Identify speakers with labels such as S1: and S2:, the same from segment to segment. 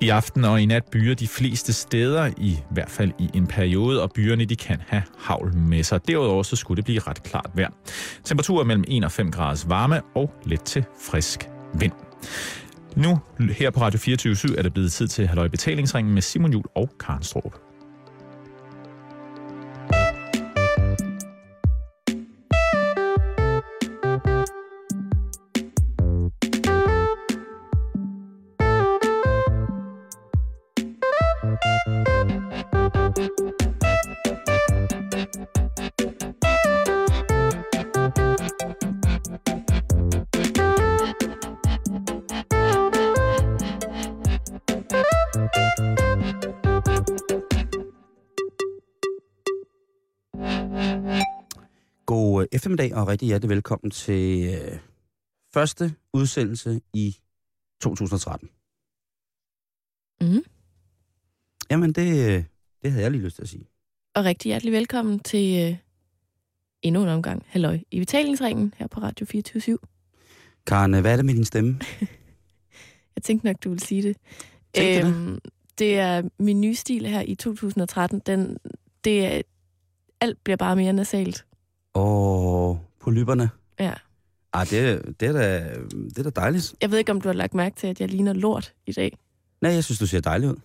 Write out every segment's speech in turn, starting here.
S1: I aften og i nat byer de fleste steder, i hvert fald i en periode, og byerne de kan have havl med sig. Derudover så skulle det blive ret klart vejr. Temperaturer mellem 1 og 5 graders varme og let til frisk vind. Nu her på Radio 24 er det blevet tid til Halløj Betalingsringen med Simon Jul og Karen Strup.
S2: God øh, eftermiddag og rigtig hjertelig velkommen til øh, første udsendelse i 2013.
S3: Mm.
S2: Jamen, det, øh, det havde jeg lige lyst til at sige.
S3: Og rigtig hjertelig velkommen til øh, endnu en omgang. Halløj i betalingsringen her på Radio 24
S2: Karen, øh, hvad er det med din stemme?
S3: Jeg tænkte nok, du ville sige det. Øhm,
S2: Tænkte det.
S3: det er min nye stil her i 2013. Den, det er, alt bliver bare mere nasalt.
S2: Åh, polypperne.
S3: Ja.
S2: Ah, det, det, er da, det er da dejligt.
S3: Jeg ved ikke, om du har lagt mærke til, at jeg ligner lort i dag.
S2: Nej, jeg synes, du ser dejlig ud.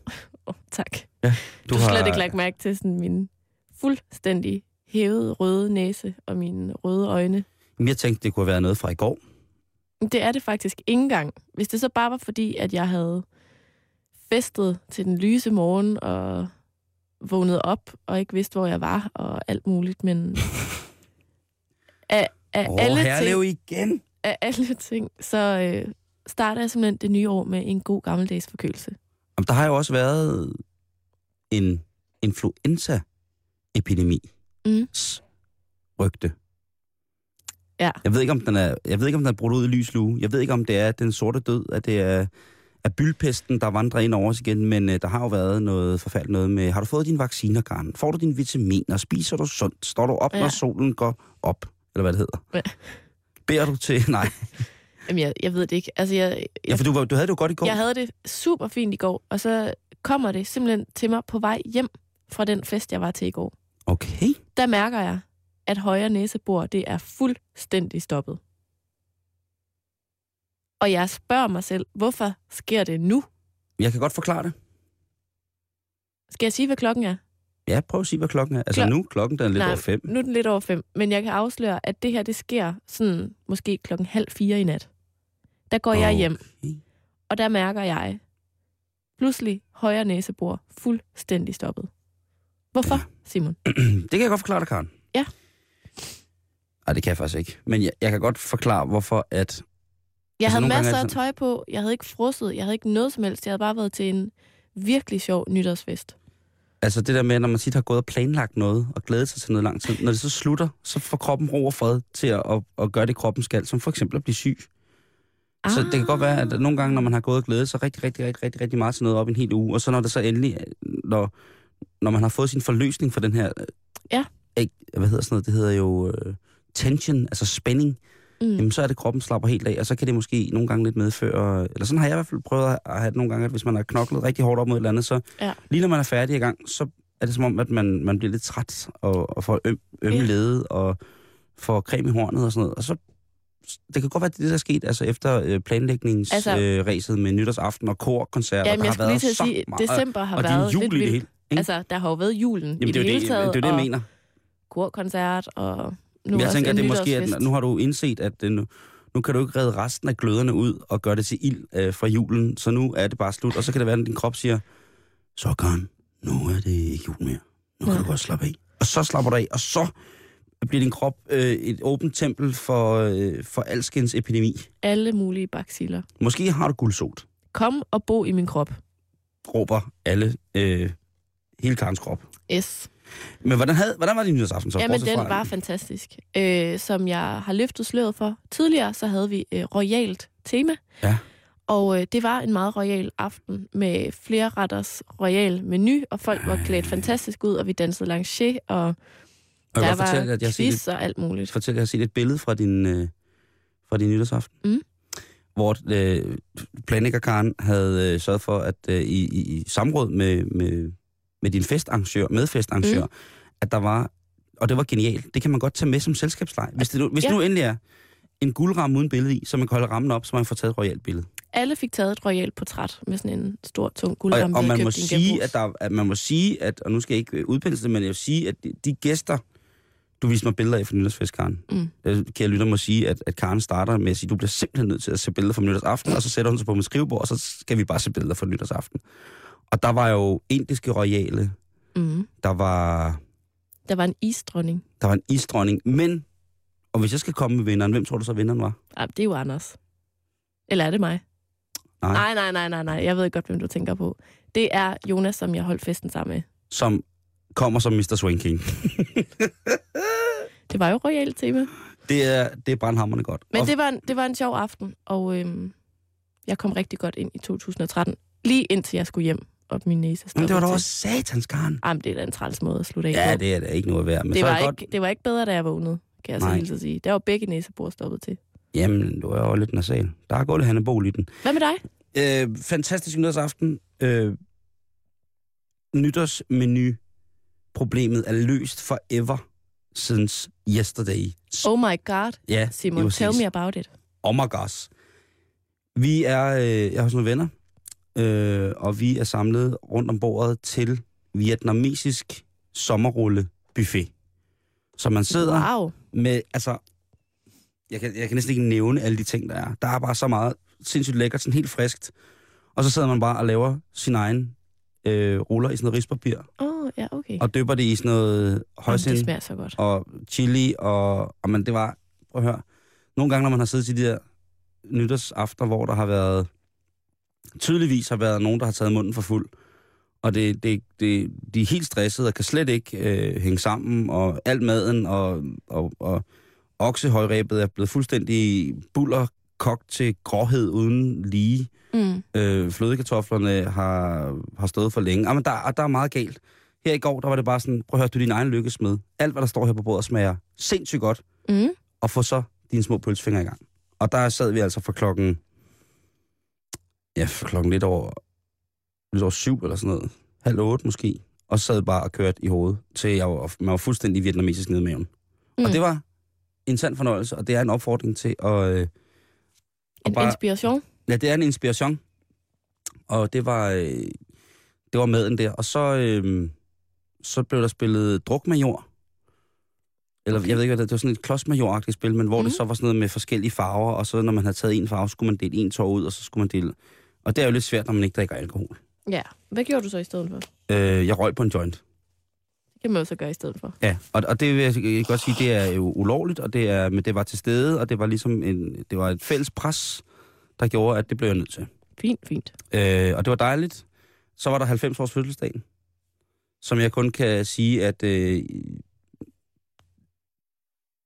S3: Oh, tak.
S2: Du,
S3: Du har slet ikke lagt mærke til sådan min fuldstændig hævede røde næse og mine røde øjne.
S2: Jamen, Jeg tænkte, det kunne have været noget fra i går.
S3: Men Det er det faktisk ikke engang. Hvis det så bare var fordi, at jeg havde festet til den lyse morgen og vågnet op og ikke vidste, hvor jeg var og alt muligt, men af, af,
S2: Åh,
S3: alle
S2: Herlev
S3: ting,
S2: igen.
S3: af alle ting, så øh, starter jeg simpelthen det nye år med en god gammeldags forkølelse.
S2: Jamen, der har jo også været en influenza-epidemi.
S3: Mm.
S2: Rygte.
S3: Ja.
S2: Jeg ved ikke, om den er, jeg ved ikke, om den er brudt ud i lys lue. Jeg ved ikke, om det er den sorte død, at det er, er bylpesten, der vandrer ind over os igen, men øh, der har jo været noget forfærdeligt noget med, har du fået dine vacciner, Karen? Får du dine vitaminer? Spiser du sundt? Står du op, ja.
S3: Ja.
S2: når solen går op? Eller hvad det hedder?
S3: Ja.
S2: Beder du til? Nej,
S3: Jamen, jeg, jeg ved det ikke. Altså, jeg,
S2: ja, for du, var- du havde det jo godt i går.
S3: Jeg havde det super fint i går, og så kommer det simpelthen til mig på vej hjem fra den fest, jeg var til i går.
S2: Okay.
S3: Der mærker jeg, at højre næsebor, det er fuldstændig stoppet. Og jeg spørger mig selv, hvorfor sker det nu?
S2: Jeg kan godt forklare det.
S3: Skal jeg sige, hvad klokken er?
S2: Ja, prøv at sige, hvad klokken er. Altså
S3: Klo-
S2: nu, klokken den er lidt
S3: Nej.
S2: over fem.
S3: Nu er den lidt over fem, men jeg kan afsløre, at det her, det sker sådan måske klokken halv fire i nat. Der går oh. jeg hjem,
S2: Okay.
S3: og der mærker jeg pludselig højre næsebor fuldstændig stoppet. Hvorfor, Simon?
S2: Det kan jeg godt forklare dig, Karen.
S3: Ja.
S2: Nej, det kan jeg faktisk ikke. Men jeg, jeg kan godt forklare, hvorfor at...
S3: Jeg
S2: Altså,
S3: havde
S2: nogle gange er
S3: masser af
S2: det
S3: tøj på, jeg havde ikke frosset, jeg havde ikke noget som helst, jeg havde bare været til en virkelig sjov nytårsfest.
S2: Altså det der med, når man tit har gået og planlagt noget, og glædet sig til noget lang tid, når det så slutter, så får kroppen ro og fred til at, at, at gøre det, kroppen skal, som for eksempel at blive syg. Ah. Så det kan godt være, at nogle gange, når man har gået og glædet sig rigtig, rigtig, rigtig, rigtig, rigtig meget til noget op i en hel uge, og så når det så endelig, når, når man har fået sin forløsning for den her... øh,
S3: Ja.
S2: Ikke, hvad hedder sådan noget? Det hedder jo øh, tension, altså spænding.
S3: Mm.
S2: jamen så er det kroppen slapper helt af, og så kan det måske nogle gange lidt medføre, eller sådan har jeg i hvert fald prøvet at have det nogle gange, at hvis man har knoklet rigtig hårdt op mod et eller andet, så
S3: Ja.
S2: lige når man er færdig i gang, så er det som om, at man, man bliver lidt træt, og, og får øm, ømme
S3: Ja.
S2: led, og får creme i hornet og sådan noget, og så det kan godt være, det er det, der er sket, altså efter øh, planlægningsræset
S3: Altså-
S2: altså, øh, ræset med nytårsaften og korkoncerter,
S3: Jamen,
S2: der
S3: jeg
S2: har
S3: skulle lige
S2: været
S3: til at
S2: så
S3: sige,
S2: meget,
S3: december har
S2: og det er
S3: været
S2: jul
S3: lidt
S2: i det
S3: vildt.
S2: hele. ikke?
S3: Altså, der har jo været julen
S2: Jamen,
S3: i
S2: det er jo
S3: det, hele
S2: det,
S3: taget,
S2: det, er jo det, jeg
S3: og
S2: mener.
S3: korkoncert, og nu
S2: Men jeg
S3: også
S2: tænker,
S3: en
S2: det er måske,
S3: nytårsfest.
S2: at nu har du indset, at øh, nu, nu kan du ikke redde resten af gløderne ud og gøre det til ild øh, fra julen, så nu er det bare slut. Og så kan det være, at din krop siger, så Karen, nu er det ikke jul mere. Nu kan
S3: Ja.
S2: du godt slappe af. Og så slapper du af, og så bliver din krop øh, et åbent tempel for, øh, for alskens epidemi.
S3: Alle mulige bakciller.
S2: Måske har du guldsot,
S3: Kom og bo i min krop.
S2: råber alle, øh, hele Karens krop.
S3: Yes.
S2: Men hvordan, havde, hvordan var din nytårsaften så?
S3: Jamen,
S2: bortset
S3: den
S2: fra-
S3: var fantastisk. Øh, som jeg har løftet sløret for tidligere, så havde vi øh, royalt tema.
S2: Ja.
S3: Og øh, det var en meget royal aften med flere retters royal menu, og folk var klædt fantastisk ud, og vi dansede lanché, og
S2: Og jeg
S3: der
S2: kan godt
S3: var
S2: fortælle, at jeg har set et
S3: quiz og alt muligt.
S2: fortælle, at jeg har set et billede fra din, øh, fra din nytårsaften.
S3: Mm.
S2: hvor øh, planlæggerkaren havde øh, sørget for, at øh, i, i, i samråd med, med, med din festarrangør, medfestarrangør, mm. at der var, og det var genialt, det kan man godt tage med som selskabsleg. Hvis det nu, hvis
S3: Ja.
S2: ja. nu endelig er en guldramme uden billede i, så man kan holde rammen op, så man får taget et royalt billede.
S3: Alle fik taget et royalt portræt med sådan en stor, tung
S2: Og,
S3: guldramme.
S2: og man,
S3: vedkøbt
S2: må
S3: i en genbrug.
S2: sige, at der, at man må sige, at, og nu skal jeg ikke øh, udpensle det, men jeg vil sige, at de, de gæster, du viste mig billeder af fra nytårsfest, Karen.
S3: Mm.
S2: Øh, Kan jeg lytte mig sige, at, at Karen starter med at sige, du bliver simpelthen nødt til at se billeder fra nytårsaften, og så sætter hun sig på mit skrivebord, og så skal vi bare se billeder fra nytårsaften. Og der var jo indiske royale,
S3: Mm.
S2: der var,
S3: Der var en isdronning.
S2: der var en isdronning, men, og hvis jeg skal komme med vinderen, hvem tror du så vinderen var?
S3: Ej, det er jo Anders. Eller er det mig?
S2: Nej.
S3: nej, nej, nej, nej, nej. Jeg ved godt, hvem du tænker på. Det er Jonas, som jeg holdt festen sammen med.
S2: Som kommer som Mr. Swing King.
S3: Det var jo royalt tema.
S2: Det er, det er brandhammerne godt.
S3: Men
S2: og,
S3: det var, en, det var en sjov aften, og øhm, jeg kom rigtig godt ind i 2013. Lige indtil jeg skulle hjem, og min næse
S2: men det var da
S3: stoppede
S2: også satans, Karen.
S3: til. Ej, men det er da en træls måde at slutte af
S2: Ja,
S3: på.
S2: det er da ikke noget værd. Men
S3: det,
S2: så er
S3: var
S2: det
S3: ikke, det var ikke bedre, da jeg vågnede, kan jeg så
S2: Nej.
S3: hilse at sige. Der var begge næsebord stoppet til.
S2: Jamen, du er jo lidt nasal. Der er gået lidt Hannibal i den.
S3: Hvad med dig?
S2: Øh, fantastisk nytårsaften. Øh, nytårsmenu. Problemet er løst forever since yesterday. Så-
S3: Oh my god,
S2: ja,
S3: Simon,
S2: lige
S3: tell
S2: præcis.
S3: me about it.
S2: Oh my gosh. Vi er, øh, jeg har sådan nogle venner, øh, og vi er samlet rundt om bordet til vietnamesisk sommerrullebuffet. Så man sidder
S3: Wow.
S2: med, altså, jeg kan, jeg kan næsten ikke nævne alle de ting, der er. Der er bare så meget sindssygt lækkert, sådan helt friskt. Og så sidder man bare og laver sin egen øh, ruller i sådan noget rispapir,
S3: Åh, oh, ja, okay.
S2: og dypper det i sådan noget
S3: Jamen, det
S2: højsind
S3: smager så godt.
S2: og chili, og, og man, det var, prøv at høre, nogle gange, når man har siddet til de der nytårsafter, hvor der har været, tydeligvis har været nogen, der har taget munden for fuld, og det, det, det, de er helt stressede og kan slet ikke øh, hænge sammen, og alt maden og, og, og oksehøjrebet er blevet fuldstændig buller kogt til gråhed uden lige.
S3: Mm.
S2: Øh, flødekartoflerne har, har stået for længe. Jamen, der, og der er meget galt. Her i går, der var det bare sådan, prøv at høre, du er din egen lykkesmed. Alt, hvad der står her på bordet, smager sindssygt godt.
S3: Mm.
S2: Og få så dine små pølsefingre i gang. Og der sad vi altså fra klokken... Ja, fra klokken lidt over, lidt over syv eller sådan noget. Halv otte måske. Og sad bare og kørte i hovedet, til jeg var, man var fuldstændig vietnamesisk nede i maven. Mm.
S3: Mm.
S2: Og det var en sand fornøjelse, og det er en opfordring til at... Øh,
S3: En
S2: bare-
S3: inspiration.
S2: Ja, det er en inspiration. Og det var, øh, det var maden der. Og så, øh, så blev der spillet drukmajor. Eller okay. jeg ved ikke, hvad det, det var sådan et klodsmajoragtigt spil, men hvor mm. det
S3: Mhm.
S2: så var sådan noget med forskellige farver, og så når man havde taget en farve, skulle man dele en tår ud, og så skulle man dele... Og det er jo lidt svært, når man ikke drikker alkohol.
S3: Ja. Hvad gjorde du så i stedet for?
S2: Øh, jeg røg på en joint.
S3: Det kan man jo så gøre i stedet for.
S2: Ja, og, og det vil jeg øh, godt sige, det er jo ulovligt, og det er, men det var til stede, og det var ligesom en, det var et fælles pres, der gjorde, at det blev jeg nødt til.
S3: Fint, fint.
S2: Øh, og det var dejligt. Så var der 90 års fødselsdagen, som jeg kun kan sige, at øh,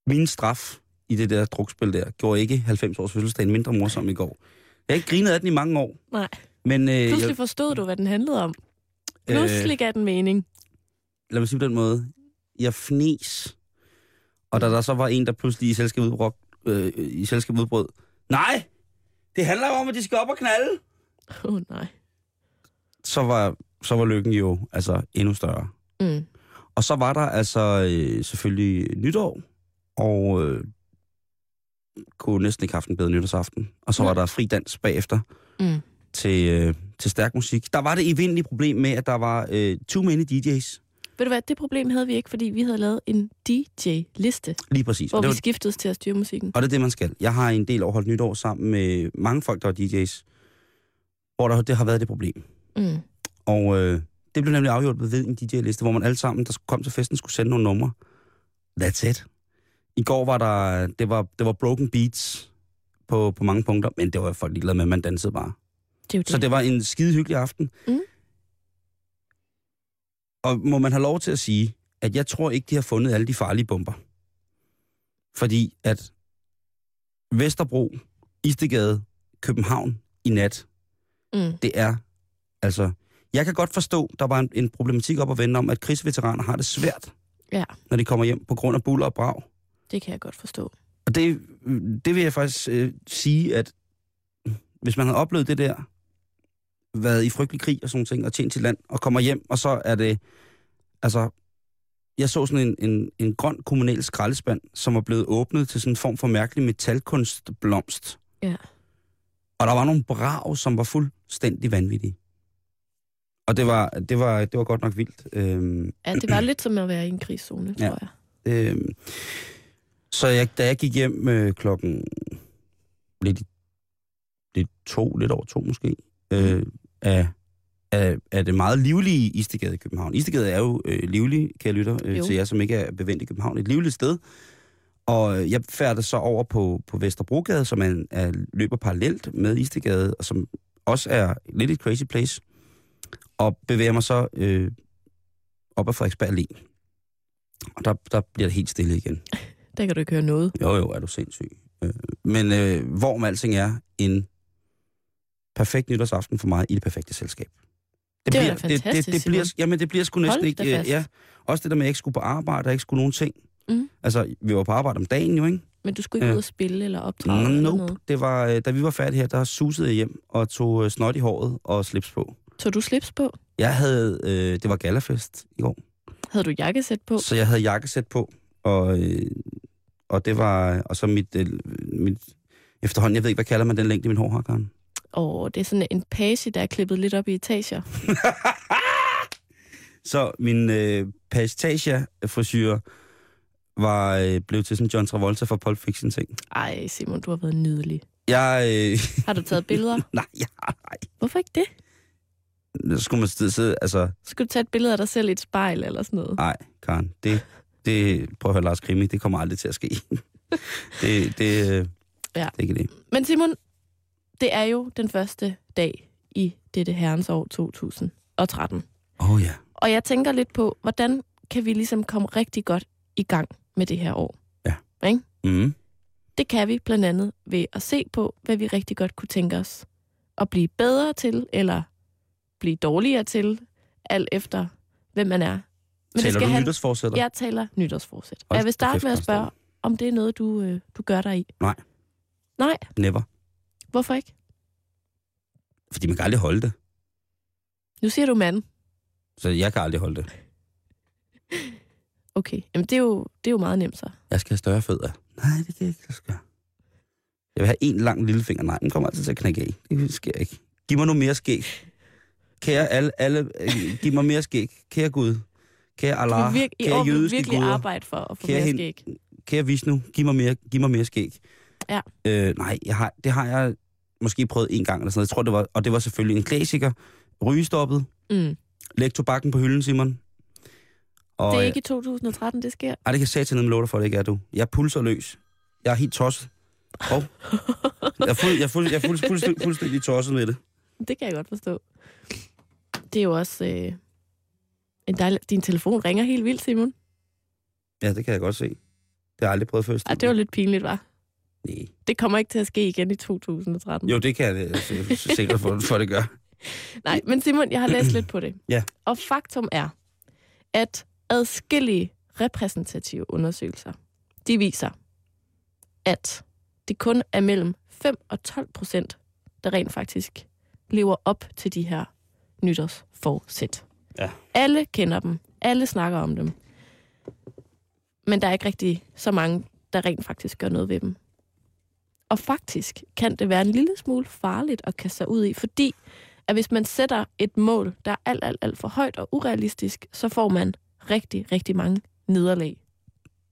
S2: min straf i det der drukspil der, gjorde ikke 90 års fødselsdagen mindre morsom i går. Jeg har ikke grinet af den i mange år.
S3: Nej.
S2: Men øh,
S3: Pludselig forstod du, hvad den handlede om.
S2: jeg,
S3: Pludselig gav den mening.
S2: lad mig sige på den måde, jeg fnes. Og da der så var en, der pludselig i selskab udbrød, øh, i selskab udbrød nej, det handler jo om, at de skal op og knalde.
S3: Åh, oh, nej.
S2: Så var, så var lykken jo altså endnu større.
S3: Mm.
S2: Og så var der altså øh, selvfølgelig nytår, og øh, kunne næsten ikke have haft en bedre nytårsaften. Og så var der fri dans bagefter
S3: Mm.
S2: til, øh, til stærk musik. Der var det evindelige problem med, at der var øh, too many DJ's.
S3: Ved du hvad, det problem havde vi ikke, fordi vi havde lavet en DJ-liste,
S2: Lige præcis.
S3: hvor
S2: Og det,
S3: vi
S2: var,
S3: skiftedes til at styre musikken.
S2: og det er det, man skal. Jeg har i en del år holdt nytår sammen med mange folk, der var DJ's, hvor der, det har været det problem.
S3: Mm.
S2: Og øh, det blev nemlig afhjulpet ved en DJ-liste, hvor man alle sammen, der kom til festen, skulle sende nogle numre. That's it. I går var der, det var, det var broken beats på, på mange punkter, men det var folk ligeglade med, man dansede bare.
S3: Det er jo det.
S2: Så det var en skide hyggelig aften.
S3: Mm.
S2: Og må man have lov til at sige, at jeg tror ikke, de har fundet alle de farlige bomber. Fordi at Vesterbro, Istegade, København i nat,
S3: Mm.
S2: det er, altså, jeg kan godt forstå, der var en, en problematik op at vende om, at krigsveteraner har det svært,
S3: Ja.
S2: når de kommer hjem på grund af buller og brag.
S3: Det kan jeg godt forstå.
S2: Og det, det vil jeg faktisk øh, sige, at Hvis man havde oplevet det der, været i frygtelig krig og sådan nogle ting, og tjent sit land, og kommer hjem, og så er det... Altså, jeg så sådan en, en, en grøn kommunal skraldespand, som var blevet åbnet til sådan en form for mærkelig metalkunstblomst.
S3: Ja.
S2: Og der var nogle brav, som var fuldstændig vanvittige. Og det var, det var, det var godt nok vildt. Øhm,
S3: Ja, det var lidt som at være i en krigszone, tror
S2: Ja.
S3: jeg.
S2: øhm, så jeg, da jeg gik hjem øh, klokken lidt, i- lidt to, lidt over to måske, øh, af, af, af det meget livlige Istegade i København. Istegade er jo øh, livlig, kan jeg lytte øh,
S3: Jo.
S2: til jer, som ikke er bevendt i København. Et livligt sted. Og øh, jeg færdes så over på, på Vesterbrogade, som er, er, løber parallelt med Istegade, og som også er lidt et crazy place, og bevæger mig så øh, op ad Frederiksberg Allé. Og der, der bliver det helt stille igen.
S3: Der kan du ikke høre noget.
S2: Jo, jo, er du sindssyg. Øh, Men øh, hvorom alting er, en perfekt nytårsaften for mig i det perfekte selskab.
S3: Det var
S2: bliver,
S3: da
S2: det,
S3: fantastisk,
S2: det, det bliver,
S3: Simon.
S2: Jamen, det bliver sgu næsten
S3: Hold da
S2: ikke... øh,
S3: fast.
S2: Ja, også det der med, at jeg ikke skulle på arbejde, og ikke skulle nogen ting.
S3: Mm.
S2: Altså, vi var på arbejde om dagen jo, ikke?
S3: Men du skulle ikke
S2: Ja.
S3: ud og spille eller optræde
S2: Mm,
S3: eller
S2: nope.
S3: noget.
S2: Det var, øh, da vi var færdige her, der susede jeg hjem og tog øh, snot i håret og slips på.
S3: Tog du slips på?
S2: Jeg havde... Øh, det var galafest i går.
S3: Havde du jakkesæt på?
S2: Så jeg havde jakkesæt på, og, øh, og det var... Og så mit, øh, mit... Efterhånden, jeg ved ikke, hvad kalder man den længde i min hår har, Karen?
S3: Åh, det er sådan en page, der er klippet lidt op i etager.
S2: så min øh, pastasia frisyr var øh, blev til sådan John Travolta fra Pulp Fiction ting.
S3: Ej, Simon, du har været nydelig.
S2: Jeg, øh,
S3: Har du taget billeder?
S2: nej, jeg, nej.
S3: Hvorfor ikke det?
S2: Så skulle man sidde, altså,
S3: Skal du tage et billede af dig selv i et spejl eller sådan noget?
S2: nej, Karen, det, det, prøv at høre Lars Krimi, det kommer aldrig til at ske. det, det, øh,
S3: Ja.
S2: ja. det er ikke det.
S3: Men Simon, det er jo den første dag i dette herrens år 2013.
S2: Åh oh, ja.
S3: Og jeg tænker lidt på, hvordan kan vi ligesom komme rigtig godt i gang med det her år?
S2: Mm.
S3: Det kan vi blandt andet ved at se på, hvad vi rigtig godt kunne tænke os at blive bedre til, eller blive dårligere til, alt efter hvem man er.
S2: Men Taler du have... nytårsforsætter?
S3: Jeg taler nytårsforsæt. Og
S2: Hold
S3: jeg vil
S2: da
S3: starte
S2: kæft,
S3: med at
S2: Karen
S3: spørge, om det er noget, du, øh, du gør dig i.
S2: Nej.
S3: Nej,
S2: Never.
S3: hvorfor ikke?
S2: Fordi man kan aldrig holde det.
S3: Nu siger du mand.
S2: Så jeg kan aldrig holde det.
S3: Okay, Jamen, det, er jo, det er jo meget nemt så.
S2: Jeg skal have større fødder. Nej, det kan jeg ikke, jeg skal. Jeg vil have en lang lillefinger. Nej, den kommer altid til at knække af. Det sker ikke. Giv mig nu mere skæg. Kære alle, alle øh, giv mig mere skæg. Kære Gud. Kære
S3: Du
S2: Allah.
S3: vil virke, I år
S2: kære
S3: vil du
S2: jødiske
S3: virkelig
S2: guder.
S3: arbejde for at få
S2: Kære
S3: mere
S2: hende-
S3: skæg.
S2: Kære Vishnu, giv mig mere, giv mig mere skæg.
S3: Ja.
S2: Øh, nej, jeg har, det har jeg måske prøvet en gang eller sådan noget. Jeg tror, det var, og det var selvfølgelig en klassiker. Rygestoppet.
S3: Mm.
S2: Læg tobakken på hylden, Simon. Og,
S3: Det er
S2: øh,
S3: ikke i 2013, det sker.
S2: Ej, det kan jeg satan love dig for, det ikke er du. Jeg er pulserløs. Jeg er helt tosset. Hov. Jeg er, fuld, jeg er, fuld, jeg er fuld, fuld, fuldstændig tosset med det.
S3: Det kan jeg godt forstå. Det er jo også... Øh, en dejlig... Din telefon ringer helt vildt, Simon.
S2: Ja, det kan jeg godt se. Det har jeg aldrig prøvet først.
S3: Ej, det var lidt pinligt, var.
S2: Nej.
S3: Det kommer ikke til at ske igen i 2013.
S2: Jo, det kan jeg øh, s- sikkert for, for det gør.
S3: Nej, men Simon, jeg har læst lidt på det.
S2: Ja.
S3: Og faktum er, at adskillige repræsentative undersøgelser, de viser, at det kun er mellem 5 og 12 procent, der rent faktisk lever op til de her nytårsforsæt.
S2: Ja.
S3: Alle kender dem. Alle snakker om dem. Men der er ikke rigtig så mange, der rent faktisk gør noget ved dem. Og faktisk kan det være en lille smule farligt at kaste sig ud i, fordi at hvis man sætter et mål, der er alt, alt, alt for højt og urealistisk, så får man rigtig, rigtig mange nederlag.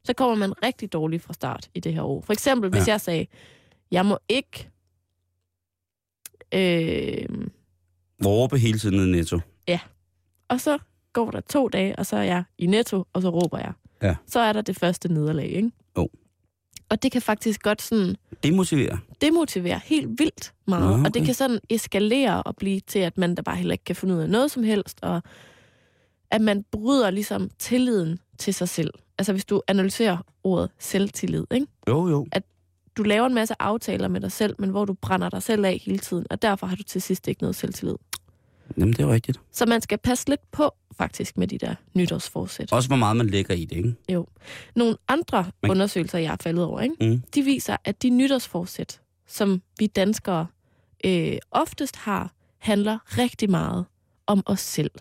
S3: Så kommer man rigtig dårligt fra start i det her år. For eksempel, hvis
S2: Ja.
S3: jeg sagde, jeg må ikke... Øh,
S2: Råbe hele tiden ned i netto.
S3: og så går der to dage, og så er jeg i netto, og så råber jeg.
S2: Ja.
S3: Så er der det første nederlag, ikke?
S2: Jo.
S3: Og det kan faktisk godt sådan
S2: Det motiverer.
S3: demotivere helt vildt meget,
S2: Nå,
S3: okay. og
S2: okay.
S3: det kan sådan eskalere og blive til, at man da bare heller ikke kan finde ud af noget som helst, og at man bryder ligesom tilliden til sig selv. Altså hvis du analyserer ordet selvtillid, ikke?
S2: Jo, jo.
S3: Du laver en masse aftaler med dig selv, men hvor du brænder dig selv af hele tiden, og derfor har du til sidst ikke noget selvtillid.
S2: Jamen, det er rigtigt.
S3: Så man skal passe lidt på faktisk med de der nytårsforsæt.
S2: Også hvor meget man lægger i det, ikke?
S3: Nogle andre
S2: Man-
S3: undersøgelser, jeg er faldet over, ikke?
S2: Mm.
S3: de viser, at de nytårsforsæt, som vi danskere øh, oftest har, handler rigtig meget om os selv.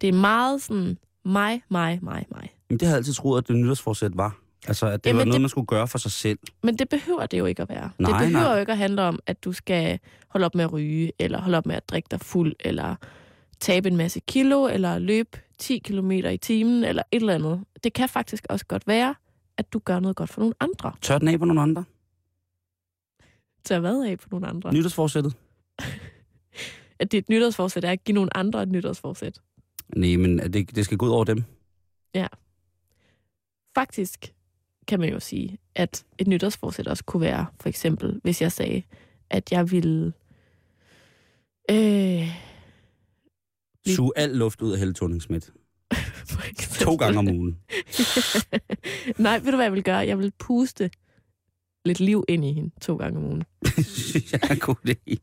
S3: Det er meget sådan mig, mig, mig, mig.
S2: Men det havde jeg altid troet, at det nytårsforsæt var. Altså, at det
S3: Jamen,
S2: var noget,
S3: det-
S2: man skulle gøre for sig selv.
S3: Men det behøver det jo ikke at være. det
S2: Nej,
S3: behøver
S2: nej.
S3: jo ikke at handle om, at du skal holde op med at ryge, eller holde op med at drikke dig fuld, eller tabe en masse kilo, eller løbe 10 km i timen, eller et eller andet. Det kan faktisk også godt være, at du gør noget godt for nogle andre.
S2: Tør den af på nogle andre.
S3: Tag hvad af på nogle andre?
S2: Nytårsforsættet?
S3: At dit nytårsforsæt er at give nogle andre et nytårsforsæt.
S2: Nej, men at det, det skal gå ud over dem.
S3: Faktisk kan man jo sige, at et nytårsforsæt også kunne være, for eksempel, hvis jeg sagde, at jeg ville... Øh, Vi-
S2: Suge al luft ud af Helle thorning
S3: for eksempel-
S2: To gange om ugen.
S3: Nej, ved du, hvad jeg vil gøre? Jeg vil puste lidt liv ind i hende to gange om ugen.
S2: Det synes jeg er en god idé.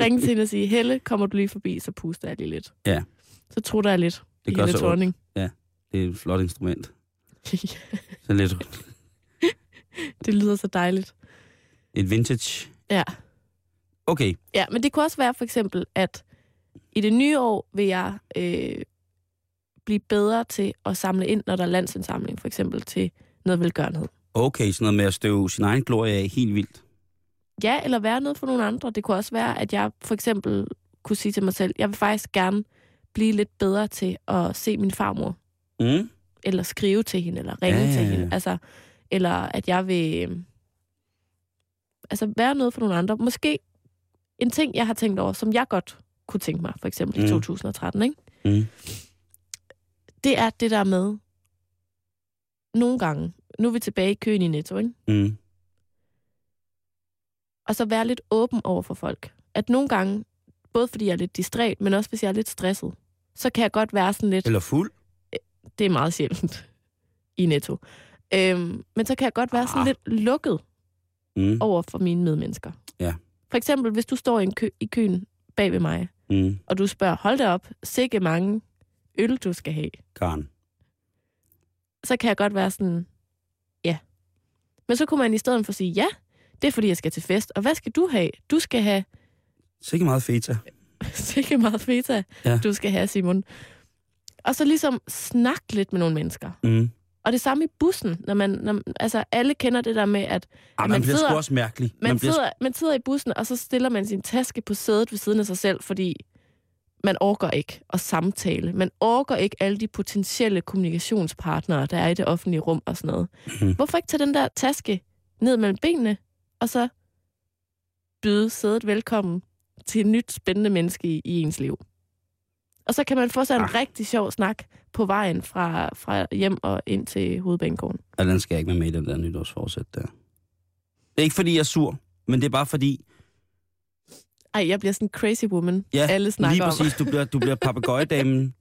S3: Ringe til hende og sige, Helle, kommer du lige forbi, så puster jeg lige lidt.
S2: Ja.
S3: Så tror jeg lidt
S2: Det
S3: i
S2: gør
S3: Helle
S2: så ondt.
S3: Thorning.
S2: Det er et flot instrument. Så lidt
S3: det lyder så dejligt.
S2: et vintage.
S3: Ja.
S2: Okay,
S3: Ja, men det kunne også være for eksempel, at i det nye år vil jeg øh, blive bedre til at samle ind, når der er landsindsamling, for eksempel til noget velgørenhed.
S2: okay, sådan noget med at støve sin egen glorie af helt vildt.
S3: Ja, eller være noget for nogle andre. Det kunne også være, at jeg for eksempel kunne sige til mig selv, jeg vil faktisk gerne blive lidt bedre til at se min farmor.
S2: Mm.
S3: eller skrive til hende, eller ringe
S2: Ja,
S3: ja,
S2: ja,
S3: til
S2: ja.
S3: hende. Altså, eller at jeg vil øhm, altså, være noget for nogle andre. Måske en ting, jeg har tænkt over, som jeg godt kunne tænke mig, for eksempel
S2: Mm.
S3: i 2013, ikke?
S2: Mm.
S3: det er det der med, nogle gange, nu er vi tilbage i køen i Netto, ikke?
S2: Mm.
S3: og så være lidt åben over for folk. At nogle gange, både fordi jeg er lidt distræt, men også hvis jeg er lidt stresset, så kan jeg godt være sådan lidt,
S2: Eller fuld.
S3: det er meget sjældent i Netto. Øhm, men så kan jeg godt være sådan
S2: Ah.
S3: lidt lukket
S2: Mm.
S3: over for mine medmennesker.
S2: Ja.
S3: For eksempel, hvis du står i, en kø, i køen bag ved mig,
S2: Mm.
S3: og du spørger, hold da op, sikke mange øl, du skal have,
S2: Karen.
S3: så kan jeg godt være sådan, ja. Men så kunne man i stedet for sige, ja, det er fordi, jeg skal til fest, og hvad skal du have? Du skal have
S2: Sikke meget feta.
S3: sikke meget feta,
S2: Ja.
S3: du skal have, Simon. Og så ligesom snakke lidt med nogle mennesker.
S2: Mm.
S3: Og det samme i bussen, når man, når, altså alle kender det der med, at
S2: Ej, man,
S3: man
S2: bliver sgu
S3: sidder-
S2: også mærkelig.
S3: Man,
S2: bliver
S3: sidder, man sidder i bussen, og så stiller man sin taske på sædet ved siden af sig selv, fordi man orker ikke at samtale. Man orker ikke alle de potentielle kommunikationspartnere, der er i det offentlige rum og sådan noget.
S2: Mhm.
S3: Mm. Hvorfor ikke tage den der taske ned mellem benene, og så byde sædet velkommen til et nyt spændende menneske i, i ens liv? Og så kan man få sig en
S2: Ah.
S3: rigtig sjov snak på vejen fra, fra hjem og ind til hovedbanegården.
S2: Og den skal jeg ikke være med i den der nytårsforsæt der. Det er ikke fordi, jeg er sur, men det er bare fordi,
S3: Ej, jeg bliver sådan en crazy woman,
S2: Ja,
S3: alle snakker
S2: lige
S3: om.
S2: præcis, du bliver, du bliver papegøjedamen.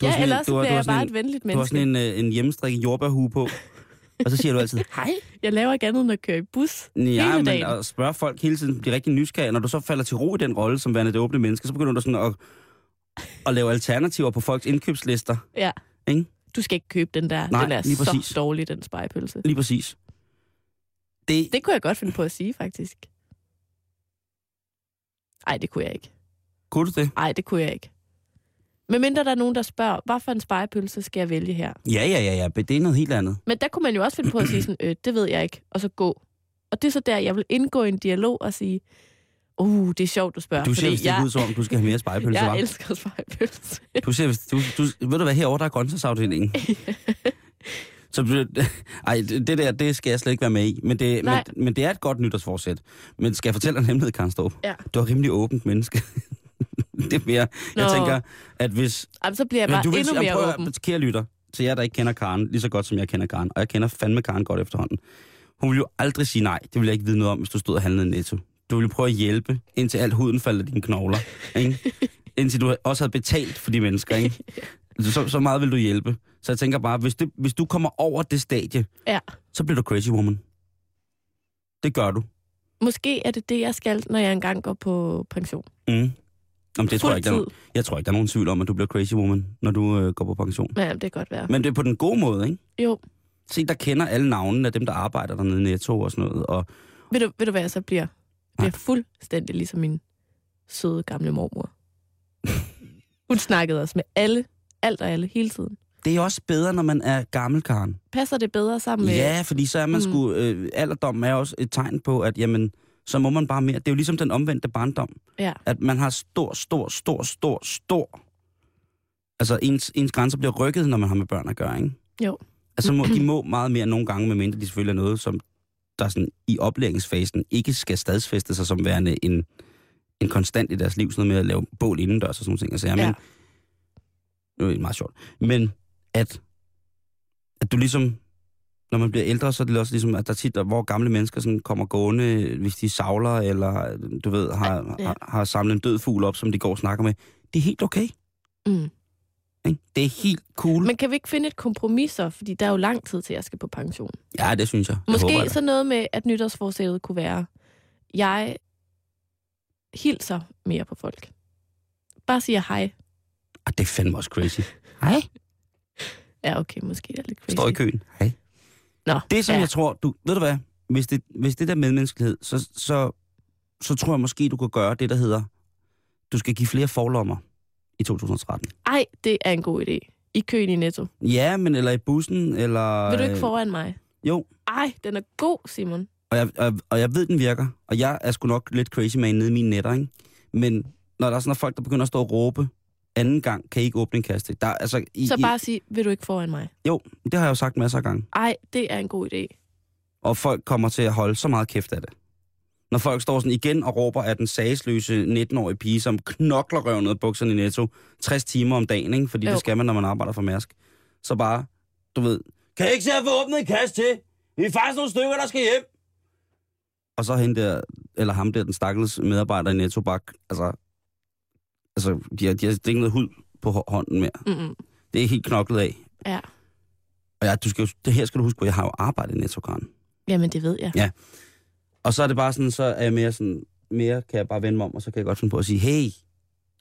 S2: Du har
S3: Ja,
S2: sådan en-
S3: ellers
S2: du har-
S3: bliver
S2: du har
S3: jeg
S2: sådan
S3: bare
S2: en-
S3: et venligt
S2: Du har
S3: menneske.
S2: sådan en, øh, en hjemmestrikket jordbærhue på, og så siger du altid, hej.
S3: Jeg laver ikke andet end at køre i bus. Hele
S2: Ja, men
S3: dagen.
S2: at spørge folk hele tiden, de er rigtig nysgerrige. Når du så falder til ro i den rolle som værende det åbne menneske, så begynder du sådan at, at lave alternativer på folks indkøbslister.
S3: Ja.
S2: Ikke?
S3: Du skal ikke købe den der.
S2: Nej,
S3: den er
S2: lige
S3: så
S2: præcis.
S3: dårlig, den spejpølse.
S2: Lige præcis. Det, det
S3: Det kunne jeg godt finde på at sige, faktisk. Nej, det kunne jeg ikke.
S2: kunne du det?
S3: Nej, det kunne jeg ikke. Men mindre der er nogen, der spørger, hvad for en spejpølse skal jeg vælge her?
S2: Ja, ja, ja, ja. men Det er noget helt andet.
S3: Men der kunne man jo også finde på at sige sådan, øh, det ved jeg ikke, og så gå. Og det er så der, jeg vil indgå i en dialog og sige, uh, det er sjovt, du spørger.
S2: Du ser vist ikke
S3: jeg,
S2: ud som om, du skal have mere spejlpølse,
S3: jeg
S2: hva'?
S3: elsker spejpølse.
S2: Du ser vist... Du, du, ved du hvad, herovre der er grøntsagsafdelingen. Så bliver- ej, det det der, det skal jeg slet ikke være med i. Men det, men,
S3: Nej.
S2: men det er et godt nytårsforsæt. Men skal jeg fortælle dig en hemmelighed, Karen Storp?
S3: Ja.
S2: Du er et rimelig åbent menneske. det er mere... Nå. Jeg
S3: Nå.
S2: tænker, at hvis...
S3: Jamen, så bliver jeg
S2: Men
S3: bare
S2: vil-
S3: endnu
S2: jeg
S3: mere
S2: prøver-
S3: åben.
S2: Kære lytter, til jer, der ikke kender Karen lige så godt, som jeg kender Karen, og jeg kender fandme Karen godt efterhånden. Hun vil jo aldrig sige nej. Det vil jeg ikke vide noget om, hvis du stod og handlede i netto. Du ville prøve at hjælpe, indtil alt huden falder af dine knogler. Ikke? indtil du også havde betalt for de mennesker. Ikke? Så, så meget vil du hjælpe. Så jeg tænker bare, hvis, det, hvis du kommer over det stadie,
S3: Ja.
S2: så bliver du crazy woman. Det gør du. Mm.
S3: Måske er det det, jeg skal, når jeg engang går på pension.
S2: Mm. Jamen, det tror jeg, ikke, der er,
S3: Fuldtid.
S2: nogen- jeg tror ikke, der er nogen tvivl om, at du bliver crazy woman, når du øh, går på pension.
S3: Ja, det kan godt være.
S2: Men det er på den gode måde, ikke?
S3: Jo,
S2: Se, der kender alle navnene af dem, der arbejder dernede i Netto og sådan noget. Og
S3: ved du, ved du hvad jeg så bliver? bliver fuldstændig ligesom min søde gamle mormor. Hun snakkede os med alle, alt og alle, hele tiden.
S2: Det er også bedre, når man er gammel, Karen.
S3: Passer det bedre sammen med...
S2: Ja, fordi så er man
S3: Mm.
S2: sgu... Øh, alderdommen er også et tegn på, at jamen, så må man bare mere. Det er jo ligesom den omvendte barndom.
S3: Ja.
S2: At man har stor, stor, stor, stor, stor... Altså, ens, ens grænser bliver rykket, når man har med børn at gøre, ikke?
S3: Jo.
S2: Altså, må, de må meget mere nogle gange, medmindre de selvfølgelig er noget, som der sådan, i oplæringsfasen ikke skal stadsfeste sig som værende en, en konstant i deres liv, sådan noget med at lave bål indendørs og sådan nogle ting. Altså, jeg ja.
S3: Ja.
S2: men, det er jo meget sjovt. Men at, at du ligesom, når man bliver ældre, så er det også ligesom, at der er tit, hvor gamle mennesker sådan kommer gående, hvis de savler, eller du ved, har,
S3: Ja.
S2: har, har samlet en død fugl op, som de går og snakker med. Det er helt okay.
S3: Mm.
S2: Ikke? Det er helt cool. Men,
S3: Men kan vi ikke finde et kompromis så? Fordi der er jo lang tid til, at jeg skal på pension.
S2: ja, det synes jeg. Det
S3: Måske
S2: håber jeg da.
S3: så noget med, at nytårsforsættet kunne være, jeg hilser mere på folk. Bare siger hej.
S2: Ah, det er fandme også crazy. Hej.
S3: Ja, okay, måske er det lidt crazy.
S2: Står i køen. Hej.
S3: Nå,
S2: Det, som
S3: ja.
S2: ja. jeg tror, du... Ved du hvad? Hvis det, hvis det der medmenneskelighed, så, så, så tror jeg måske, du kan gøre det, der hedder, du skal give flere forlommer i 2013.
S3: Ej, det er en god idé. I køen i Netto.
S2: Ja, men eller i bussen, eller...
S3: Vil du ikke foran mig?
S2: Jo,
S3: Ej, den er god, Simon.
S2: og jeg, og, og jeg ved, den virker. Og jeg er sgu nok lidt crazy man nede i mine netter, ikke? Men når der er sådan folk, der begynder at stå og råbe, anden gang kan I ikke åbne en kasse. Der, er altså, I,
S3: Så
S2: I,
S3: bare sig, vil du ikke foran mig?
S2: jo, det har jeg jo sagt masser af gange.
S3: Ej, det er en god idé.
S2: og folk kommer til at holde så meget kæft af det. Når folk står sådan igen og råber af den sagsløse 19-årige pige, som knokler røven ud af bukserne i netto 60 timer om dagen, ikke? fordi jo.
S3: Jo.
S2: det skal man, når man arbejder for Mærsk. Så bare, du ved, kan jeg ikke se at få åbnet en kasse til? Vi er faktisk nogle stykker, der skal hjem. Og så hende der, eller ham der, den stakkels medarbejder i Netto Bak, altså, altså de, har, de har ikke noget hud på hå- hånden mere.
S3: Mm-mm.
S2: Det er helt knoklet af.
S3: Ja.
S2: Og ja, du skal, jo- det her skal du huske på, jeg har jo arbejdet i Netto, Karen.
S3: Jamen, det ved jeg.
S2: Og så er det bare sådan, så er jeg mere sådan, mere kan jeg bare vende mig om, og så kan jeg godt finde på at sige, hey,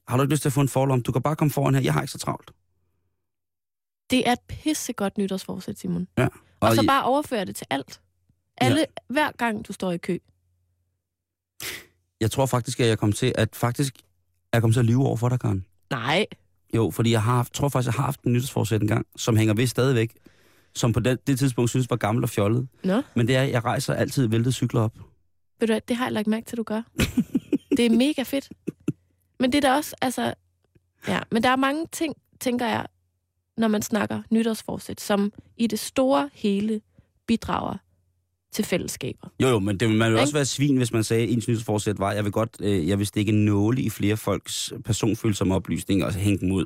S2: har du ikke lyst til at få en forlom? Du kan bare komme foran her, jeg har ikke så travlt.
S3: Det er et pissegodt nytårsforsæt, Simon.
S2: Og,
S3: Og så bare overføre det til alt. Alle, ja. Hver gang du står i kø.
S2: jeg tror faktisk, at jeg kom til at, faktisk, at jeg kom til at lyve over for dig, Karen.
S3: Nej,
S2: Jo, fordi jeg har haft, tror faktisk, jeg har haft en nytårsforsæt en gang, som hænger ved stadigvæk, som på det, det tidspunkt synes var gammel og fjollet.
S3: Nå.
S2: Men det er, at jeg rejser altid væltet cykler op.
S3: ved du hvad, det har jeg lagt mærke til, at du gør. det er mega fedt. Men det er da også, altså... Ja, men der er mange ting, tænker jeg, når man snakker nytårsforsæt, som i det store hele bidrager til fællesskaber.
S2: Jo, jo, men det, man vil
S3: Ikke?
S2: også være svin, hvis man sagde, at ens nytårsforsæt var, jeg vil godt, øh, jeg vil stikke en nåle i flere folks personfølsomme oplysninger og så hænge dem ud.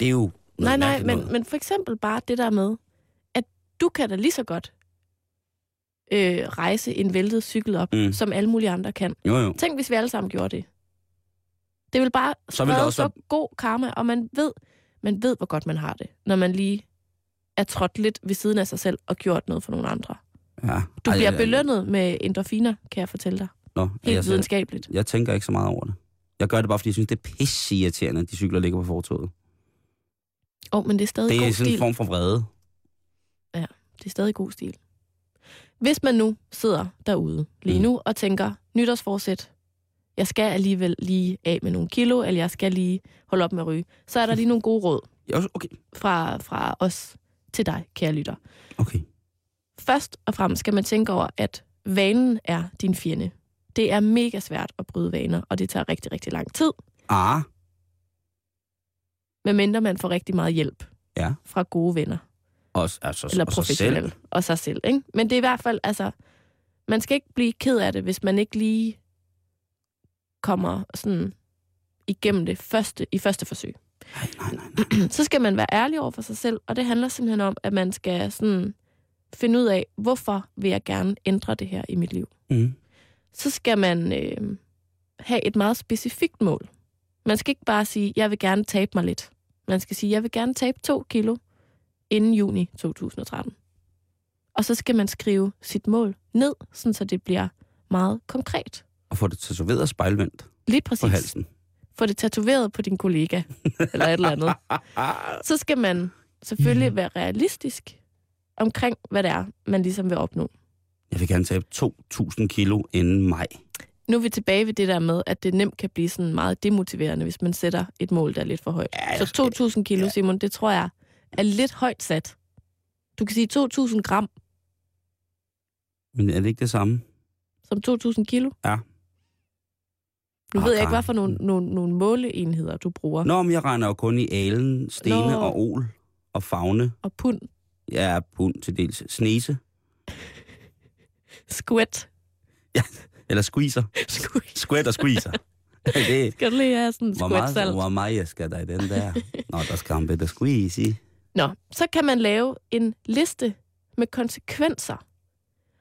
S2: Det er jo
S3: Nej,
S2: noget
S3: nej,
S2: mærkeligt noget.
S3: men, men for eksempel bare det der med, at du kan da lige så godt øh, rejse en væltet cykel op,
S2: Mm.
S3: mm. som alle mulige andre kan.
S2: Jo, jo.
S3: Tænk, hvis vi alle sammen gjorde det. Det vil bare
S2: Så
S3: så,
S2: vil
S3: vil
S2: der
S3: også
S2: også
S3: så god karma, og man ved, man ved, hvor godt man har det, når man lige er trådt lidt ved siden af sig selv og gjort noget for nogle andre.
S2: Ja.
S3: Du
S2: Ej,
S3: Ej, bliver
S2: jeg-
S3: belønnet med endorfiner, kan jeg fortælle dig.
S2: Nå,
S3: Helt
S2: jeg, jeg,
S3: videnskabeligt.
S2: jeg tænker ikke så meget over det. Jeg gør det bare, fordi jeg synes, det er pisse irriterende, at de cykler ligger på fortoget.
S3: Åh, oh, men det er stadig
S2: Det
S3: god
S2: er sådan
S3: stil.
S2: en form for vrede.
S3: Det er stadig god stil. Hvis man nu sidder derude lige
S2: Mm.
S3: nu og tænker, nytårsforsæt, jeg skal alligevel lige af med nogle kilo, eller jeg skal lige holde op med at ryge, så er der lige nogle gode råd
S2: Ja, okay.
S3: fra, fra os til dig, kære lytter.
S2: okay.
S3: først og fremmest skal man tænke over, at vanen er din fjende. Det er mega svært at bryde vaner, og det tager rigtig, rigtig lang tid,
S2: Ah,
S3: medmindre man får rigtig meget hjælp
S2: Ja.
S3: fra gode venner
S2: også, altså,
S3: eller
S2: og sig selv.
S3: professionelle og sig selv. Ikke? Men det er i hvert fald, altså, man skal ikke blive ked af det, hvis man ikke lige kommer sådan igennem det første, i første forsøg.
S2: Nej, nej, nej, nej.
S3: så skal man være ærlig over for sig selv, og det handler simpelthen om, at man skal sådan finde ud af, hvorfor vil jeg gerne ændre det her i mit liv?
S2: Mm.
S3: så skal man øh, have et meget specifikt mål. Man skal ikke bare sige, jeg vil gerne tabe mig lidt. Man skal sige, jeg vil gerne tabe to kilo inden juni 2013. Og så skal man skrive sit mål ned, sådan så det bliver meget konkret.
S2: Og få det tatoveret og spejlvendt
S3: Lige
S2: på
S3: præcis.
S2: halsen.
S3: Få det tatoveret på din kollega, eller et eller andet. Så skal man selvfølgelig være realistisk omkring, hvad det er, man ligesom vil opnå.
S2: Jeg vil gerne tabe 2.000 kilo inden maj.
S3: nu er vi tilbage ved det der med, at det nemt kan blive sådan meget demotiverende, hvis man sætter et mål, der er lidt for højt.
S2: Altså, Ja,
S3: Så 2.000 kilo, ja. Simon, det tror jeg er lidt højt sat. Du kan sige 2.000 gram
S2: Men er det ikke det samme?
S3: som 2.000 kilo.
S2: Ja.
S3: Nu
S2: Åh,
S3: ved jeg ikke,
S2: Karen. Mm.
S3: hvad for nogle, nogle, nogle måleenheder, du bruger.
S2: Nå, men jeg regner jo kun i alen, stene
S3: Nå.
S2: Nå. og ol og fagne.
S3: Og pund,
S2: Ja, pund til dels. Snese.
S3: squat.
S2: Eller squeezer.
S3: Squat.
S2: Squat og squeezer. det,
S3: Skal du lige have sådan en
S2: hvor, meget,
S3: squat-salt?
S2: hvor meget skal der i den der? Nå, der skal en bedre squeeze i.
S3: Nå, så kan man lave en liste med konsekvenser.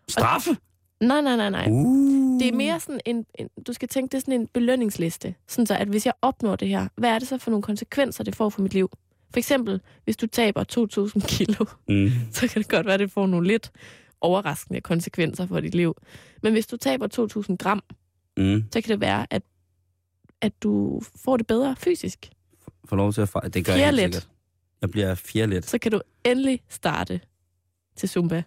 S2: Straffe?
S3: Nej, nej, nej, nej.
S2: Uh.
S3: Det er mere sådan en, en, du skal tænke, det er sådan en belønningsliste. Sådan så, at hvis jeg opnår det her, hvad er det så for nogle konsekvenser, det får for mit liv? For eksempel, hvis du taber 2.000 kilo,
S2: Mm.
S3: så kan det godt være, at det får nogle lidt overraskende konsekvenser for dit liv. Men hvis du taber 2.000 gram,
S2: Mm.
S3: så kan det være, at, at du får det bedre fysisk.
S2: Får lov til at fejre. Det gør jeg helt
S3: Fjerlet.
S2: sikkert. Jeg bliver fjerlet.
S3: Så kan du endelig starte til Zumba.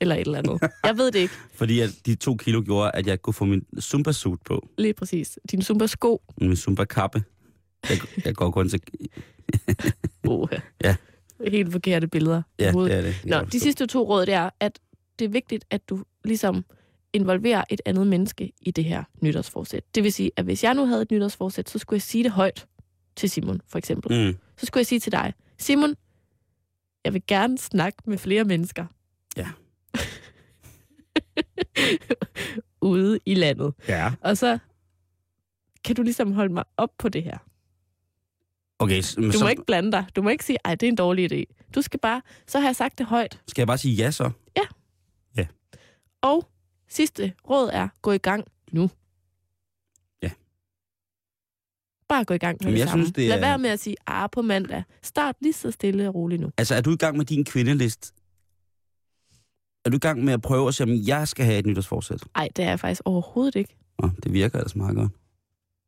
S3: Eller et eller andet. Jeg ved det ikke
S2: Fordi at de to kilo gjorde, at jeg kunne få min Zumba-suit på.
S3: lige præcis. Din Zumba-sko.
S2: Min Zumba-kappe. Jeg, jeg går kun til...
S3: Oh,
S2: Ja.
S3: Helt forkerte billeder.
S2: Ja,
S3: Overhovedet.
S2: det er det. Det kan
S3: Nå,
S2: jeg
S3: de
S2: forstå.
S3: sidste to råd, det er, at det er vigtigt, at du ligesom involverer et andet menneske i det her nytårsforsæt. Det vil sige, at hvis jeg nu havde et nytårsforsæt, så skulle jeg sige det højt til Simon, for eksempel. Mm.
S2: Mm.
S3: Så skulle jeg sige til dig, Simon, jeg vil gerne snakke med flere mennesker.
S2: Ja.
S3: Ude i landet.
S1: Ja.
S3: Og så kan du ligesom holde mig op på det her.
S2: Okay, s- men
S3: Du må
S2: så
S3: ikke blande dig. Du må ikke sige, ej, det er en dårlig idé. Du skal bare, så har jeg sagt det højt,
S2: skal jeg bare sige ja så?
S3: Og sidste råd er, gå i gang nu.
S2: Ja.
S3: Bare gå i gang med
S2: Jamen,
S3: det
S2: jeg
S3: samme.
S2: synes, det
S3: Lad
S2: er-
S3: være med at sige, ah, på mandag. Start lige så stille og roligt nu.
S2: Altså, er du i gang med din kvindelist? Er du i gang med at prøve at se, om jeg skal have et nytårsforsæt?
S3: Ej, det er jeg faktisk overhovedet ikke.
S2: Nå, det virker altså meget godt.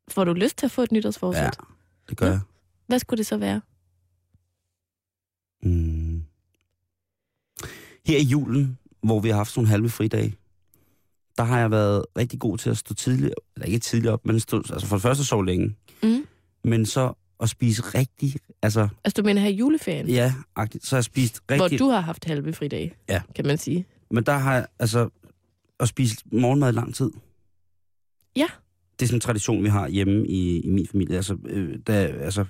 S3: Får du lyst til at få et nytårsforsæt?
S2: Ja, det gør
S3: Nå.
S2: jeg.
S3: Hvad skulle det så være?
S2: Mm. Her i julen, hvor vi har haft sådan nogle halve fridage, der har jeg været rigtig god til at stå tidligt, eller ikke tidligt op, men stå, altså for det første sove længe,
S3: Mm.
S2: men så at spise rigtig, altså
S3: Altså, du mener her i juleferien,
S2: ja, agtigt, så har jeg spist rigtig,
S3: hvor du har haft halve fridag,
S2: Ja.
S3: kan man sige.
S2: men der har jeg altså at spise morgenmad i lang tid.
S3: Ja.
S2: Det er sådan en tradition, vi har hjemme i, i min familie. Altså, øh, der, altså,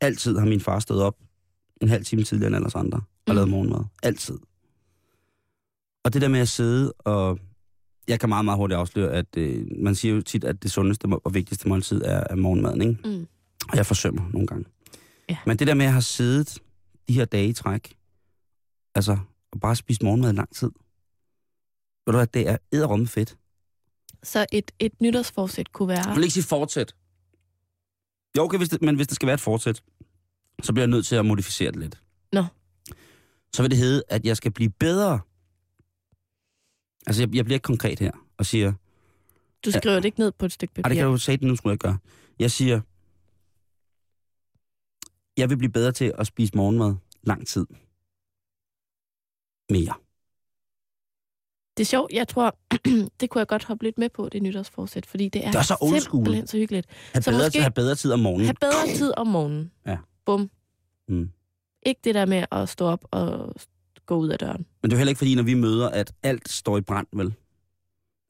S2: altid har min far stået op en halv time tidligere end alle os andre og
S3: Mm.
S2: lavet morgenmad. Altid. Og det der med at sidde og... Jeg kan meget, meget hurtigt afsløre, at øh, man siger jo tit, at det sundeste må- og vigtigste måltid er, er morgenmaden, ikke?
S3: Mm.
S2: Og jeg forsømmer nogle gange.
S3: Ja.
S2: Men det der med, at jeg har siddet de her dage i træk, altså, og bare spist morgenmad i lang tid, ved du hvad, det er edderomme fedt.
S3: Så et, et nytårsforsæt kunne
S2: Jeg
S3: være...
S2: vil ikke sige fortsæt. Jo, okay, hvis det, men hvis det skal være et fortsæt, så bliver jeg nødt til at modificere det lidt.
S3: Nå.
S2: Så vil det hedde, at jeg skal blive bedre. Altså, jeg, jeg bliver ikke konkret her og siger,
S3: Du skriver det ikke ned på et stykke
S2: ej, det
S3: papir.
S2: kan du sige, det nu skulle jeg gøre. Jeg siger, jeg vil blive bedre til at spise morgenmad lang tid. Mere.
S3: Det er sjovt, jeg tror, det kunne jeg godt hoppe lidt med på, det nytårsforsæt, fordi det er,
S2: Det er så old school.
S3: simpelthen så hyggeligt.
S2: Have,
S3: Så
S2: bedre,
S3: måske-
S2: måske... have bedre tid om morgenen.
S3: Have bedre tid om morgenen.
S2: Ja.
S3: Bum.
S2: Mm.
S3: Ikke det der med at stå op og gå ud af døren.
S2: Men det er jo heller ikke fordi, når vi møder, at alt står i brand, vel?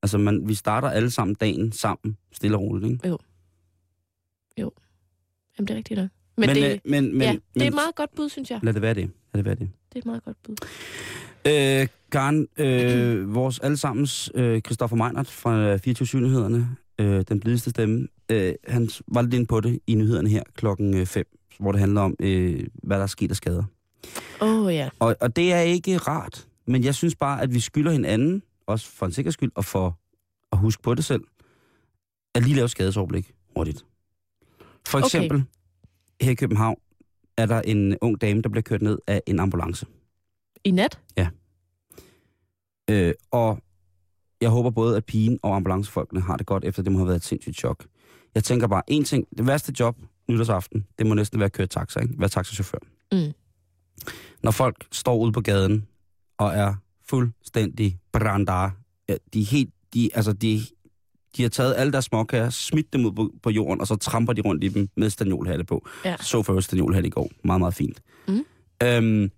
S2: Altså, man, vi starter alle sammen dagen sammen, stille og roligt, ikke?
S3: Jamen, det er rigtigt nok. Men, men, det,
S2: øh, men, men,
S3: men, ja,
S2: men, Mm.
S3: det er et meget godt bud, synes jeg.
S2: Lad det være det. Lad det være det.
S3: Det er et meget godt bud.
S2: Øh, Karen, øh, vores allesammens øh, Christoffer Meinert fra 24 nyhederne øh, den blideste stemme, øh, han var lidt inde på det i nyhederne her klokken 5, hvor det handler om, øh, hvad der er sket af skader.
S3: Åh oh, ja.
S2: Og, og det er ikke rart, men jeg synes bare, at vi skylder hinanden, også for en sikker skyld, og for at huske på det selv, at lige lave skadesoverblik hurtigt. For
S3: Okay.
S2: eksempel, okay. her i København, er der en ung dame, der bliver kørt ned af en ambulance.
S3: I nat?
S2: Øh, og jeg håber både, at pigen og ambulancefolkene har det godt, efter det må have været et sindssygt chok. Jeg tænker bare, en ting, det værste job nytårsaften, det må næsten være at køre taxa, ikke? Være taxachauffør.
S3: Mm.
S2: Når folk står ude på gaden og er fuldstændig brandar, ja, de er helt, de, altså de, De har taget alle deres småkager, smidt dem ud på, på jorden, og så tramper de rundt i dem med stanjolhatte på.
S3: Ja.
S2: Så for øvrigt stanjolhatte i går. Meget, meget fint.
S3: Mm.
S2: Øhm,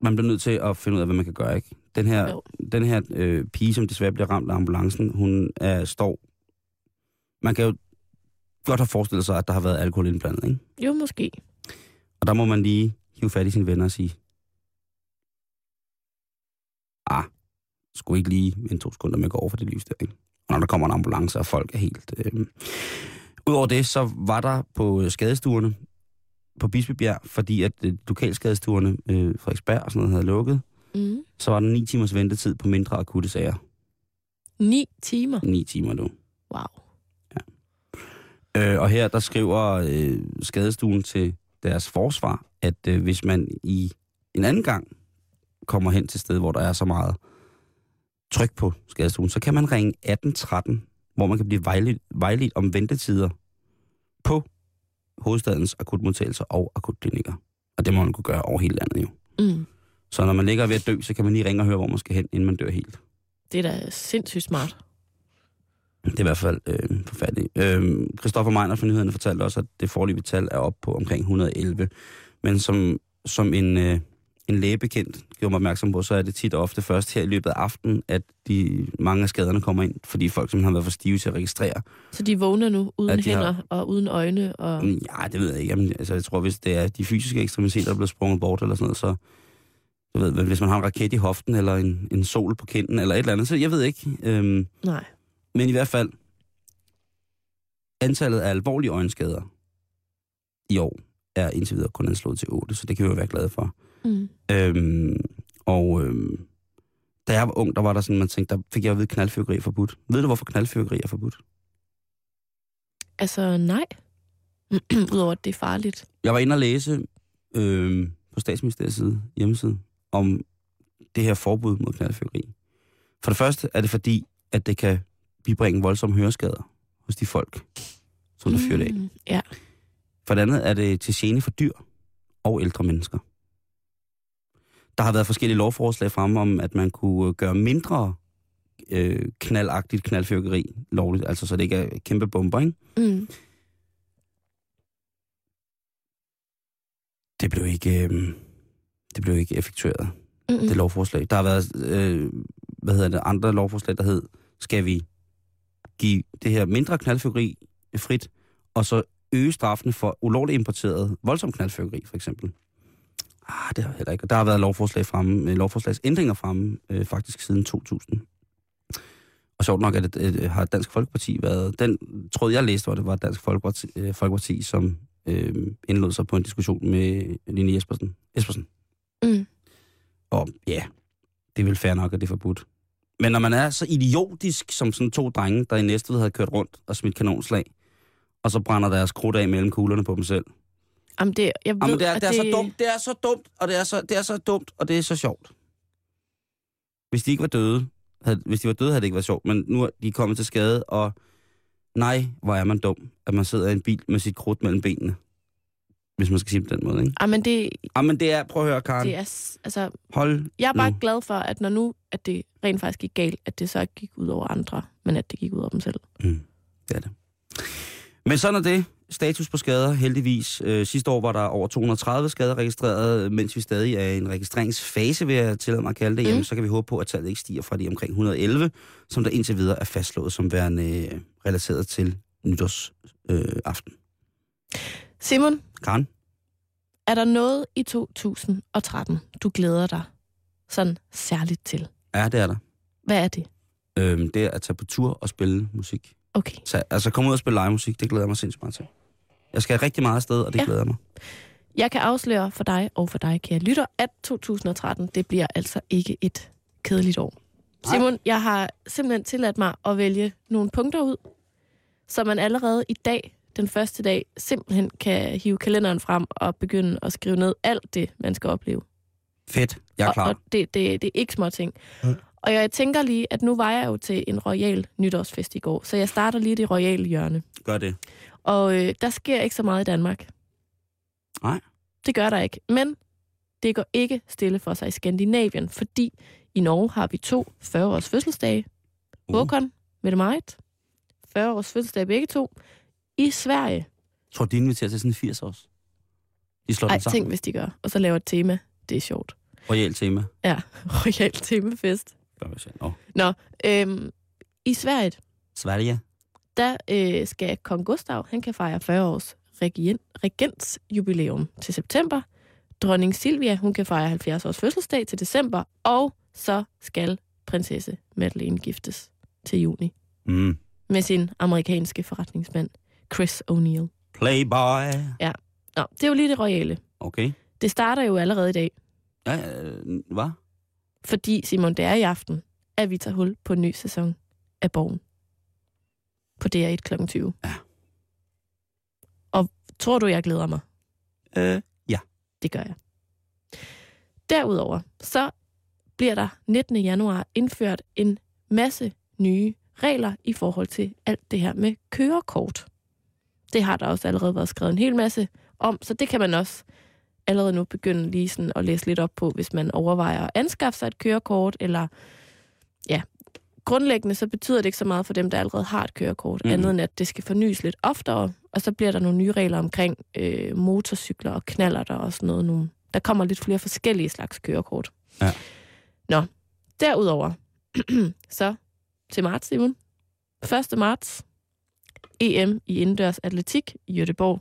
S2: man bliver nødt til at finde ud af, hvad man kan gøre, ikke? Den her,
S3: Jo.
S2: den her øh, pige, som desværre bliver ramt af ambulancen, hun er, står... Man kan jo godt have forestillet sig, at der har været alkohol indblandet, ikke?
S3: Jo, måske.
S2: Og der må man lige hive fat i sine venner og sige, ah, skulle ikke lige vente to sekunder med at gå over for det lys der, ikke? Og når der kommer en ambulance, og folk er helt... Øh... Udover det, så var der på øh, skadestuerne på Bispebjerg, fordi at øh, lokalskadestuerne, øh, Frederiksberg og sådan noget, havde lukket,
S3: Mm.
S2: så var der 9 timers ventetid på mindre akutte sager.
S3: Ni timer.
S2: 9 timer nu.
S3: Wow.
S2: Øh, og her der skriver øh, skadestuen til deres forsvar, at øh, hvis man i en anden gang kommer hen til et sted, hvor der er så meget tryk på skadestuen, så kan man ringe 1813, hvor man kan blive vejledt, vejledt om ventetider på hovedstadens akutmodtagelser og akutklinikker. Og det må man kunne gøre over hele landet jo.
S3: Mm.
S2: Så når man ligger ved at dø, så kan man lige ringe og høre, hvor man skal hen, inden man dør helt.
S3: Det er da sindssygt smart.
S2: Det er i hvert fald øh, forfærdeligt. Øh, Christoffer Meiner fra Nyhederne fortalte også, at det forløbige tal er op på omkring 111. Men som, som en, øh, en lægebekendt gjorde mig opmærksom på, så er det tit og ofte først her i løbet af aftenen, at de mange af skaderne kommer ind, fordi folk simpelthen har været for stive til at registrere.
S3: Så de vågner nu uden
S2: Ja, de har-
S3: hænder og uden øjne. Og...
S2: Mm, Ja, det ved jeg ikke. Jamen, altså, jeg tror, hvis det er de fysiske ekstremiteter, der bliver sprunget bort eller sådan noget, så... Jeg ved, hvis man har en raket i hoften, eller en, en sol på kinden, eller et eller andet, så jeg ved ikke. Øhm,
S3: Nej.
S2: Men i hvert fald, antallet af alvorlige øjenskader i år er indtil videre kun anslået til 8, så det kan vi jo være glade for.
S3: Mm.
S2: Øhm, og øhm, da jeg var ung, der var der sådan, man tænkte, der fik jeg at vide, at knaldfyrkeri er forbudt. Ved du, hvorfor knaldfyrkeri er forbudt?
S3: Altså, nej. Udover at det er farligt.
S2: Jeg var inde og læse øhm, på statsministeriets side, hjemmeside, om det her forbud mod knaldfyrkeri. For det første er det fordi, at det kan bibringe voldsomme høreskader hos de folk, som der fyrer det af.
S3: Mm. Ja.
S2: For det andet er det til gene for dyr og ældre mennesker. Der har været forskellige lovforslag fremme om, at man kunne øh, gøre mindre øh, knaldagtigt knaldfyrkeri lovligt, altså så det ikke er kæmpe bomber, ikke?
S3: Mm.
S2: Det blev ikke, øh, det blev ikke effektueret, mm.
S3: Mm-mm.
S2: det lovforslag. Der har været, øh, hvad hedder det, andre lovforslag, der hed, skal vi give det her mindre knaldfyrkeri frit, og så øge straffene for ulovligt importeret voldsom knaldfyrkeri, for eksempel. Ah, det har heller ikke. Og Der har været lovforslag fremme, øh, lovforslagsændringer fremme, øh, faktisk siden 2000. Og sjovt nok er det, øh, har Dansk Folkeparti været... Den tråd, jeg læste, hvor det var Dansk Folkeparti, øh, Folkeparti som øh, indlod sig på en diskussion med Line Jespersen. Jespersen.
S3: Mm.
S2: Og ja, det er vel fair nok, at det er forbudt. Men når man er så idiotisk som sådan to drenge, der i næste havde kørt rundt og smidt kanonslag, og så brænder deres krudt af mellem kuglerne på dem selv.
S3: Jamen, det, jeg ved,
S2: Jamen, det, er,
S3: at
S2: det, er så dumt, det er så dumt, og det er så, det er så dumt, og det er så sjovt. Hvis de ikke var døde, havde, hvis de var døde, havde det ikke været sjovt, men nu er de kommet til skade, og nej, hvor er man dum, at man sidder i en bil med sit krudt mellem benene. Hvis man skal sige det på den måde, ikke?
S3: Jamen, det,
S2: Jamen, det er, prøv at høre, Karen,
S3: det er... s- Altså,
S2: hold
S3: jeg er bare
S2: Nu.
S3: glad for, at når nu, at det rent faktisk gik galt, at det så ikke gik ud over andre, men at det gik ud over dem selv.
S2: Det er det. Men sådan er det. Status på skader, heldigvis. Øh, sidste år var der over 230 skader registreret, øh, mens vi stadig er i en registreringsfase, vil jeg tillade mig at kalde det. Jamen,
S3: Mm.
S2: så kan vi håbe på, at tallet ikke stiger fra de omkring 111, som der indtil videre er fastslået som værende øh, relateret til nytårsaften. Øh, aften.
S3: Simon,
S2: Karen?
S3: er der noget i 2013, du glæder dig sådan særligt til?
S2: Ja, det er der.
S3: Hvad er det?
S2: Øh, det er at tage på tur og spille musik.
S3: Okay.
S2: Så, altså, komme ud og spille live musik, det glæder jeg mig sindssygt meget til. Jeg skal rigtig meget afsted, og det
S3: Ja.
S2: ja. glæder jeg mig.
S3: Jeg kan afsløre for dig og for dig, kære lytter, at 2013, det bliver altså ikke et kedeligt år. Simon, jeg har simpelthen tilladt mig at vælge nogle punkter ud, så man allerede i dag, den første dag, simpelthen kan hive kalenderen frem og begynde at skrive ned alt det, man skal opleve.
S2: Fedt, jeg er klar.
S3: Og, og det, det, det er ikke små ting. Mm. Og jeg tænker lige, at nu var jeg jo til en royal nytårsfest i går, så jeg starter lige i det royale hjørne.
S2: Gør det.
S3: Og øh, der sker ikke så meget i Danmark.
S2: Nej.
S3: Det gør der ikke. Men det går ikke stille for sig i Skandinavien, fordi i Norge har vi to 40-års fødselsdage.
S2: Uh.
S3: Håkon, med det meget. 40 års fødselsdag begge to. I Sverige.
S2: Tror du, de inviterer til sådan en 80 års? De slår
S3: Ej,
S2: den sammen.
S3: tænk hvis de gør. Og så laver et tema. Det er sjovt.
S2: Royal tema.
S3: Ja, royal temafest.
S2: Gør vi selv. Nå.
S3: Øhm, I Sverige,
S2: Sverige.
S3: der øh, skal kong Gustav, han kan fejre 40 års regent, regentsjubilæum til september. Dronning Silvia, hun kan fejre 70 års fødselsdag til december. Og så skal prinsesse Madeleine giftes til juni
S2: Mm.
S3: med sin amerikanske forretningsmand Chris O'Neill.
S2: Playboy.
S3: Nå, det er jo lige det royale.
S2: Okay.
S3: Det starter jo allerede i dag,
S2: Ja, øh, hvad?
S3: fordi Simon, det er i aften, at vi tager hul på en ny sæson af Borgen. På DR1 kl. 20.
S2: Ja.
S3: Og tror du, jeg glæder mig?
S2: Øh,
S3: Det gør jeg. Derudover, så bliver der 19. januar indført en masse nye regler i forhold til alt det her med kørekort. Det har der også allerede været skrevet en hel masse om, så det kan man også allerede nu begynde lige sådan at læse lidt op på, hvis man overvejer at anskaffe sig et kørekort, eller ja, grundlæggende så betyder det ikke så meget for dem, der allerede har et kørekort, mm.
S2: Mhm.
S3: andet end at det skal fornyes lidt oftere, og så bliver der nogle nye regler omkring øh, motorcykler og knallerter og sådan noget. Nogle. Der kommer lidt flere forskellige slags kørekort.
S2: Ja.
S3: Nå, derudover, så til marts, Simon. 1. marts, EM i indendørs atletik i Göteborg.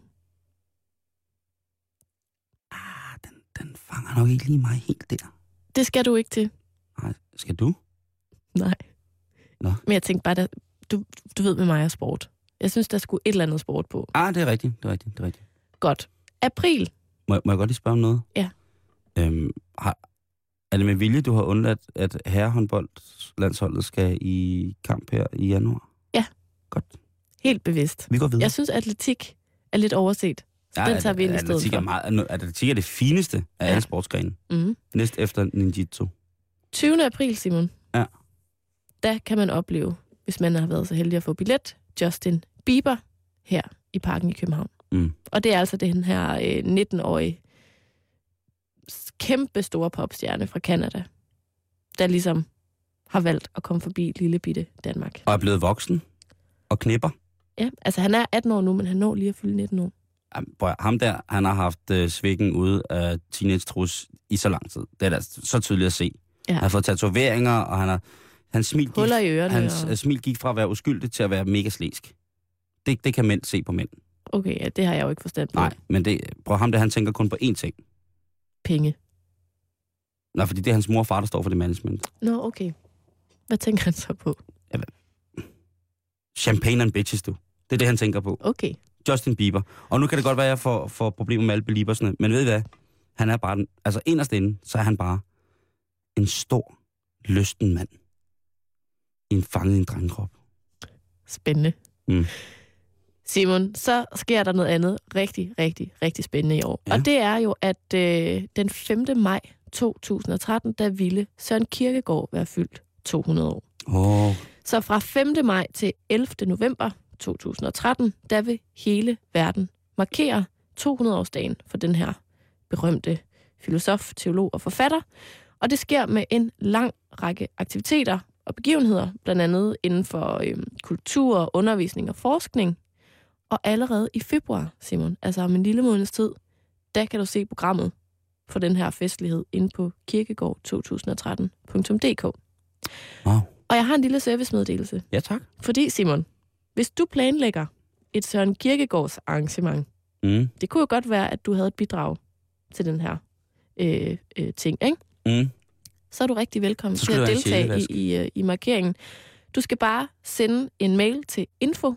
S2: ah, den, den fanger nok ikke lige mig helt der.
S3: Det skal du ikke til.
S2: Nej, skal du?
S3: Nej.
S2: Nå.
S3: Men jeg tænkte bare, der, du, du ved med mig og sport. Jeg synes, der skulle et eller andet sport på.
S2: Ah, det er rigtigt, det er rigtigt, det er rigtigt.
S3: Godt. April.
S2: Må, jeg- må jeg godt lige spørge om noget?
S3: Ja.
S2: Øhm, har, er det med vilje, du har undladt, at herrehåndboldlandsholdet skal i kamp her i januar?
S3: Ja.
S2: Godt.
S3: Helt bevidst.
S2: Vi går videre.
S3: Jeg synes, atletik er lidt overset.
S2: ja,
S3: den tager vi ind i stedet
S2: atletik er
S3: for.
S2: meget, atletik er det fineste af
S3: Ja.
S2: alle sportsgrene.
S3: Mm.
S2: Næst efter ninjitsu.
S3: 20. april, Simon.
S2: Ja.
S3: Der kan man opleve, hvis man har været så heldig at få billet, Justin Bieber her i parken i København.
S2: Mm.
S3: Og det er altså den her øh, 19-årige s- kæmpe store popstjerne fra Kanada, der ligesom har valgt at komme forbi lille bitte Danmark.
S2: Og er blevet voksen. Og knipper.
S3: Ja, altså han er 18 år nu, men han når lige at fylde 19 år.
S2: Jamen, prøv at- Ham der, han har haft øh, svikken ude af teenage trus i så lang tid. Det er da så tydeligt at se.
S3: Ja.
S2: Han har fået tatoveringer, og han har... Han smil gik,
S3: Huller i ørerne.
S2: hans øh,
S3: og...
S2: smil gik fra at være uskyldig til at være mega slæsk. Det, det kan mænd se på mænd.
S3: Okay, ja, det har jeg jo ikke forstand på.
S2: Nej, men det, prøv at- ham der, han tænker kun på én ting.
S3: Penge.
S2: Nej, fordi det er hans mor og far, der står for det management.
S3: Nå, okay. Hvad tænker han så på?
S2: Champagne and bitches, du. Det er det, han tænker på.
S3: Okay.
S2: Justin Bieber. Og nu kan det godt være, at jeg får, får problemer med alle beliebersne, men ved I hvad? Han er bare den, altså inderst inde, så er han bare en stor, lysten mand. I en fanget i en drengekrop.
S3: Spændende.
S2: Mm.
S3: Simon, så sker der noget andet rigtig, rigtig, rigtig spændende i år.
S2: Ja.
S3: Ja. Og det er jo, at øh, den 5. maj 2013, der ville Søren Kirkegaard være fyldt 200 år.
S2: Åh, oh,
S3: Så fra 5. maj til 11. november 2013, der vil hele verden markere 200-årsdagen for den her berømte filosof, teolog og forfatter. Og det sker med en lang række aktiviteter og begivenheder, blandt andet inden for øhm, kultur, undervisning og forskning. Og allerede i februar, Simon, altså om en lille måneds tid, der kan du se programmet for den her festlighed inde på kirkegård2013.dk.
S2: wow.
S3: Og jeg har en lille servicemeddelelse.
S2: Ja, tak.
S3: Fordi, Simon, hvis du planlægger et Søren Kirkegaards arrangement,
S2: Mm,
S3: det kunne jo godt være, at du havde et bidrag til den her øh, øh, ting, ikke?
S2: mm.
S3: så er du rigtig velkommen
S2: Så
S3: til
S2: skal
S3: at
S2: du have en
S3: deltage i,
S2: sjælevask.
S3: i, øh, i markeringen. Du skal bare sende en mail til info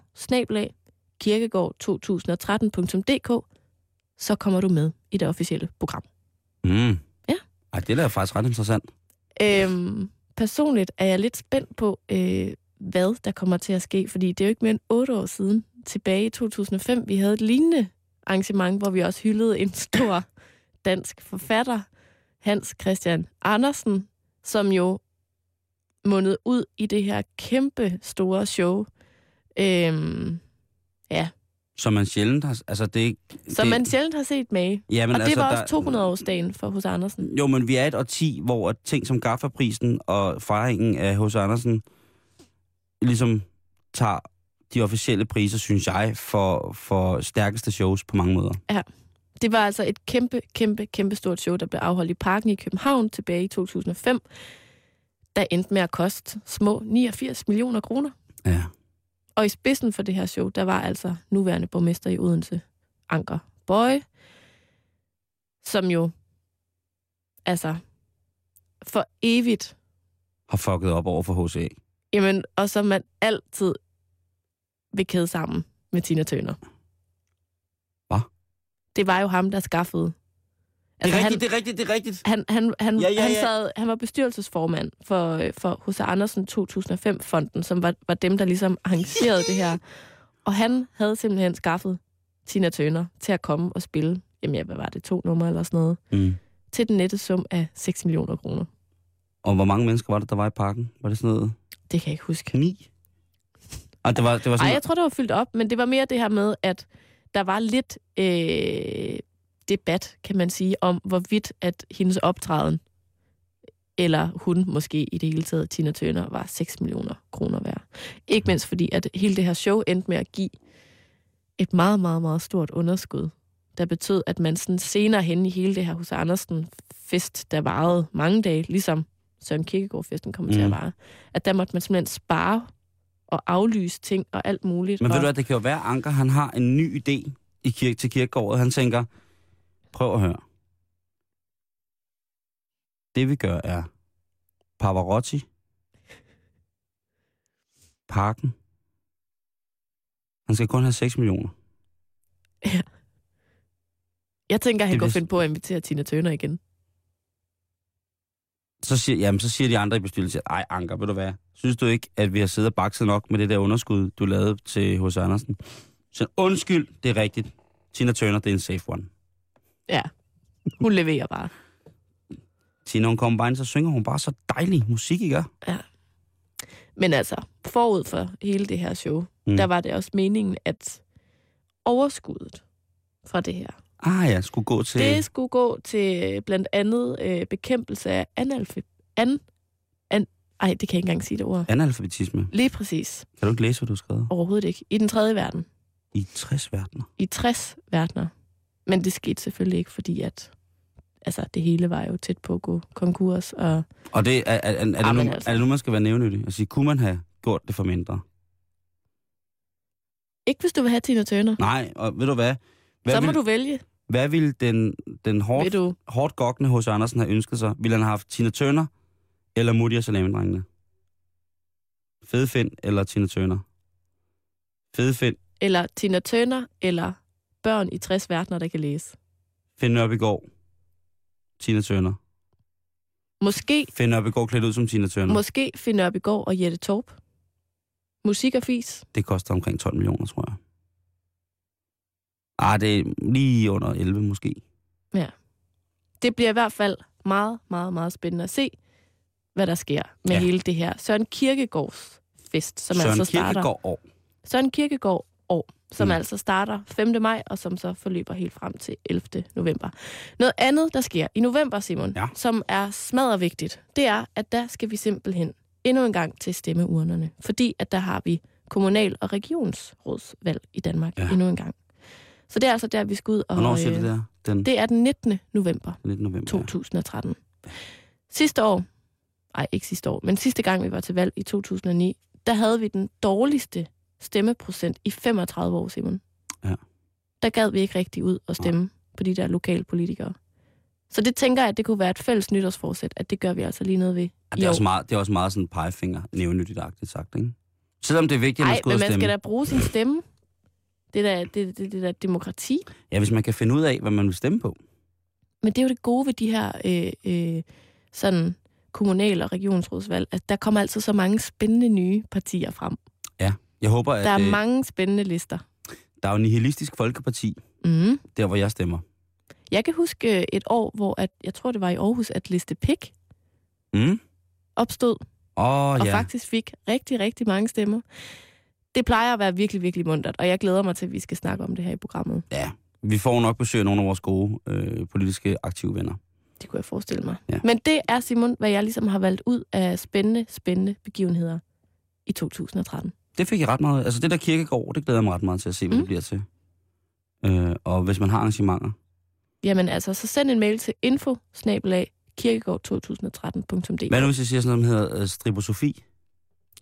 S3: 2013dk så kommer du med i det officielle program.
S2: Mm.
S3: Ja.
S2: Ej, det er da faktisk ret interessant.
S3: Øhm, personligt er jeg lidt spændt på, øh, hvad der kommer til at ske, fordi det er jo ikke mere end otte år siden, tilbage i 2005, vi havde et lignende arrangement, hvor vi også hyldede en stor dansk forfatter, Hans Christian Andersen, som jo mundede ud i det her kæmpe store show, øhm,
S2: Som man sjældent har... Altså, det, er ikke-
S3: som
S2: det,
S3: man sjældent har set med.
S2: ja, men
S3: Og det
S2: altså,
S3: var også
S2: der-
S3: 200-årsdagen for hos Andersen.
S2: Jo, men vi er et årti, hvor at ting som Gaffaprisen og fejringen af hos Andersen ligesom tager de officielle priser, synes jeg, for, for stærkeste shows på mange måder.
S3: Det var altså et kæmpe, kæmpe, kæmpe stort show, der blev afholdt i Parken i København tilbage i 2005, der endte med at koste små 89 millioner kroner.
S2: Ja.
S3: Og i spidsen for det her show, der var altså nuværende borgmester i Odense, Anker Bøje, som jo, altså, for evigt,
S2: Har fucket op over for HCA.
S3: jamen, og som man altid vil kæde sammen med Tina Tøner.
S2: Hva?
S3: Det var jo ham, der skaffede.
S2: Altså, det er rigtigt, det er rigtigt, det er rigtigt.
S3: Han, han, han,
S2: Ja, ja,
S3: ja, ja, han,
S2: ja.
S3: sad, han var bestyrelsesformand for, øh, for H.C. Andersen 2005-fonden, som var, var dem, der ligesom arrangerede det her. Og han havde simpelthen skaffet Tina Tøner til at komme og spille, jamen ja, hvad var det, to numre eller sådan noget,
S2: Mm.
S3: til den nette sum af 6 millioner kroner.
S2: Og hvor mange mennesker var det, der var i parken? Var det sådan noget?
S3: Det kan jeg ikke huske.
S2: Ni? Og det var, det var
S3: Ej,
S2: sådan
S3: jeg tror, det var fyldt op, men det var mere det her med, at der var lidt øh, debat, kan man sige, om hvorvidt at hendes optræden, eller hun måske i det hele taget, Tina Turner, var 6 millioner kroner værd. Ikke mindst fordi, at hele det her show endte med at give et meget, meget, meget stort underskud, der betød, at man sådan senere hen i hele det her hos Andersen fest, der varede mange dage, ligesom Søren Kierkegaard-festen kom mm. til
S2: Mm.
S3: at vare, at der måtte man simpelthen spare og aflyse ting og alt muligt.
S2: Men ved
S3: og,
S2: du hvad, det kan jo være, at Anker han har en ny idé i kirke, til kirkegården. Han tænker, prøv at høre. Det vi gør er Pavarotti, Parken. Han skal kun have 6 millioner.
S3: jeg tænker, han
S2: det
S3: går
S2: vidste-
S3: finde på at invitere Tina Turner igen.
S2: Så siger, jamen, så siger de andre i bestyrelsen, ej Anker, ved du hvad, synes du ikke, at vi har siddet og bakset nok med det der underskud, du lavede til hos Andersen? Så undskyld, det er rigtigt. Tina Turner, det er en safe one.
S3: Ja, hun leverer bare.
S2: Tina, hun kommer bare ind, så synger hun bare så dejlig musik, ikke?
S3: Men altså, forud for hele det her show,
S2: Mm.
S3: mm. der var det også meningen, at overskuddet fra det her,
S2: Ah ja, skulle gå til...
S3: Det skulle gå til øh, blandt andet øh, bekæmpelse af analfabet. An, an, ej, det kan jeg ikke engang sige det ord.
S2: Analfabetisme.
S3: Lige præcis.
S2: Kan du ikke læse, hvad du har skrevet?
S3: Overhovedet ikke. I den tredje verden.
S2: I 60 verdener.
S3: I 60 verdener. Men det skete selvfølgelig ikke, fordi at altså, det hele var jo tæt på at gå konkurs. Og
S2: Og det, er, er, er, er, det
S3: Jamen
S2: nu,
S3: altså.
S2: er det nu, man skal være nævnyttig? Altså, kunne man have gjort det for mindre?
S3: ikke hvis du vil have Tina Turner.
S2: Nej, og ved du hvad? Hvad,
S3: så må
S2: vil,
S3: du vælge.
S2: hvad ville den, den hårdt,
S3: Vil du?
S2: hårdt gokkende hos Andersen have ønsket sig? Ville han have haft Tina Turner eller Mutti og Salamindrengene? Fede Finn eller Tina Turner? Fede Finn,
S3: Eller Tina Turner, eller børn i 60 verdener, der kan læse.
S2: Finn Nørbegaard, Tina Turner.
S3: Måske,
S2: Finn Nørbegaard klædt ud som Tina Turner.
S3: måske Finn op i går og Jette Torp. Musik og fis.
S2: Det koster omkring 12 millioner, tror jeg. Ah, det er lige under 11 måske.
S3: det bliver i hvert fald meget, meget, meget spændende at se, hvad der sker med
S2: Ja.
S3: ja. hele det her Søren Kirkegaards fest, som
S2: Søren
S3: altså starter...
S2: Kierkegaard år.
S3: Søren Kirkegaard år,
S2: Mm.
S3: som mm. altså starter 5. maj, og som så forløber helt frem til 11. november. Noget andet, der sker i november, Simon,
S2: Ja.
S3: ja. som er smadret vigtigt, det er, at der skal vi simpelthen endnu en gang til stemmeurnerne. Fordi at der har vi kommunal- og regionsrådsvalg i Danmark
S2: Ja.
S3: ja. endnu en gang. Så det er altså der, vi skal ud og...
S2: Hvornår siger du
S3: øh,
S2: det der? Den
S3: Det er den 19. november.
S2: 19. november.
S3: 2013. Sidste år, nej ikke sidste år, men sidste gang vi var til valg i 2009, der havde vi den dårligste stemmeprocent i 35 år, Simon.
S2: Ja.
S3: Der gad vi ikke rigtig ud og stemme på de der lokale politikere. Så det tænker jeg, at det kunne være et fælles nytårsforsæt, at det gør vi altså lige noget ved
S2: Ja,
S3: i
S2: det, er
S3: år.
S2: også meget, det er også meget sådan pegefinger, nævnyttigt-agtigt sagt, ikke? Selvom det er vigtigt, at man
S3: Ej,
S2: skal ud
S3: men
S2: og
S3: man
S2: stemme.
S3: skal da bruge sin stemme. Det er da det, det, det der demokrati.
S2: Ja, hvis man kan finde ud af, hvad man vil stemme på.
S3: Men det er jo det gode ved de her øh, øh, sådan kommunal- og regionsrådsvalg, at der kommer altid så mange spændende nye partier frem.
S2: Jeg håber, at
S3: Der er
S2: øh,
S3: mange spændende lister.
S2: der er jo nihilistisk folkeparti,
S3: Mm.
S2: der hvor jeg stemmer.
S3: Jeg kan huske øh, et år, hvor at, jeg tror, det var i Aarhus, at Liste Pik
S2: Åh, mm?
S3: opstod
S2: oh,
S3: og
S2: ja.
S3: faktisk fik rigtig, rigtig mange stemmer. Det plejer at være virkelig, virkelig mundtet, og jeg glæder mig til, at vi skal snakke om det her i programmet.
S2: ja. Vi får nok besøg af nogle af vores gode øh, politiske aktive venner.
S3: Det kunne jeg forestille mig.
S2: Ja.
S3: Men det er, Simon, hvad jeg ligesom har valgt ud af spændende, spændende begivenheder i 2013.
S2: Det fik jeg ret meget. Altså det der kirkegård, det glæder jeg mig ret meget til at se, hvad mm. det
S3: Mm.
S2: bliver til. Øh, og hvis man har arrangementer.
S3: Jamen altså, så send en mail til info 2013dk
S2: Hvad nu, hvis jeg siger sådan noget, der hedder øh, stribosofi?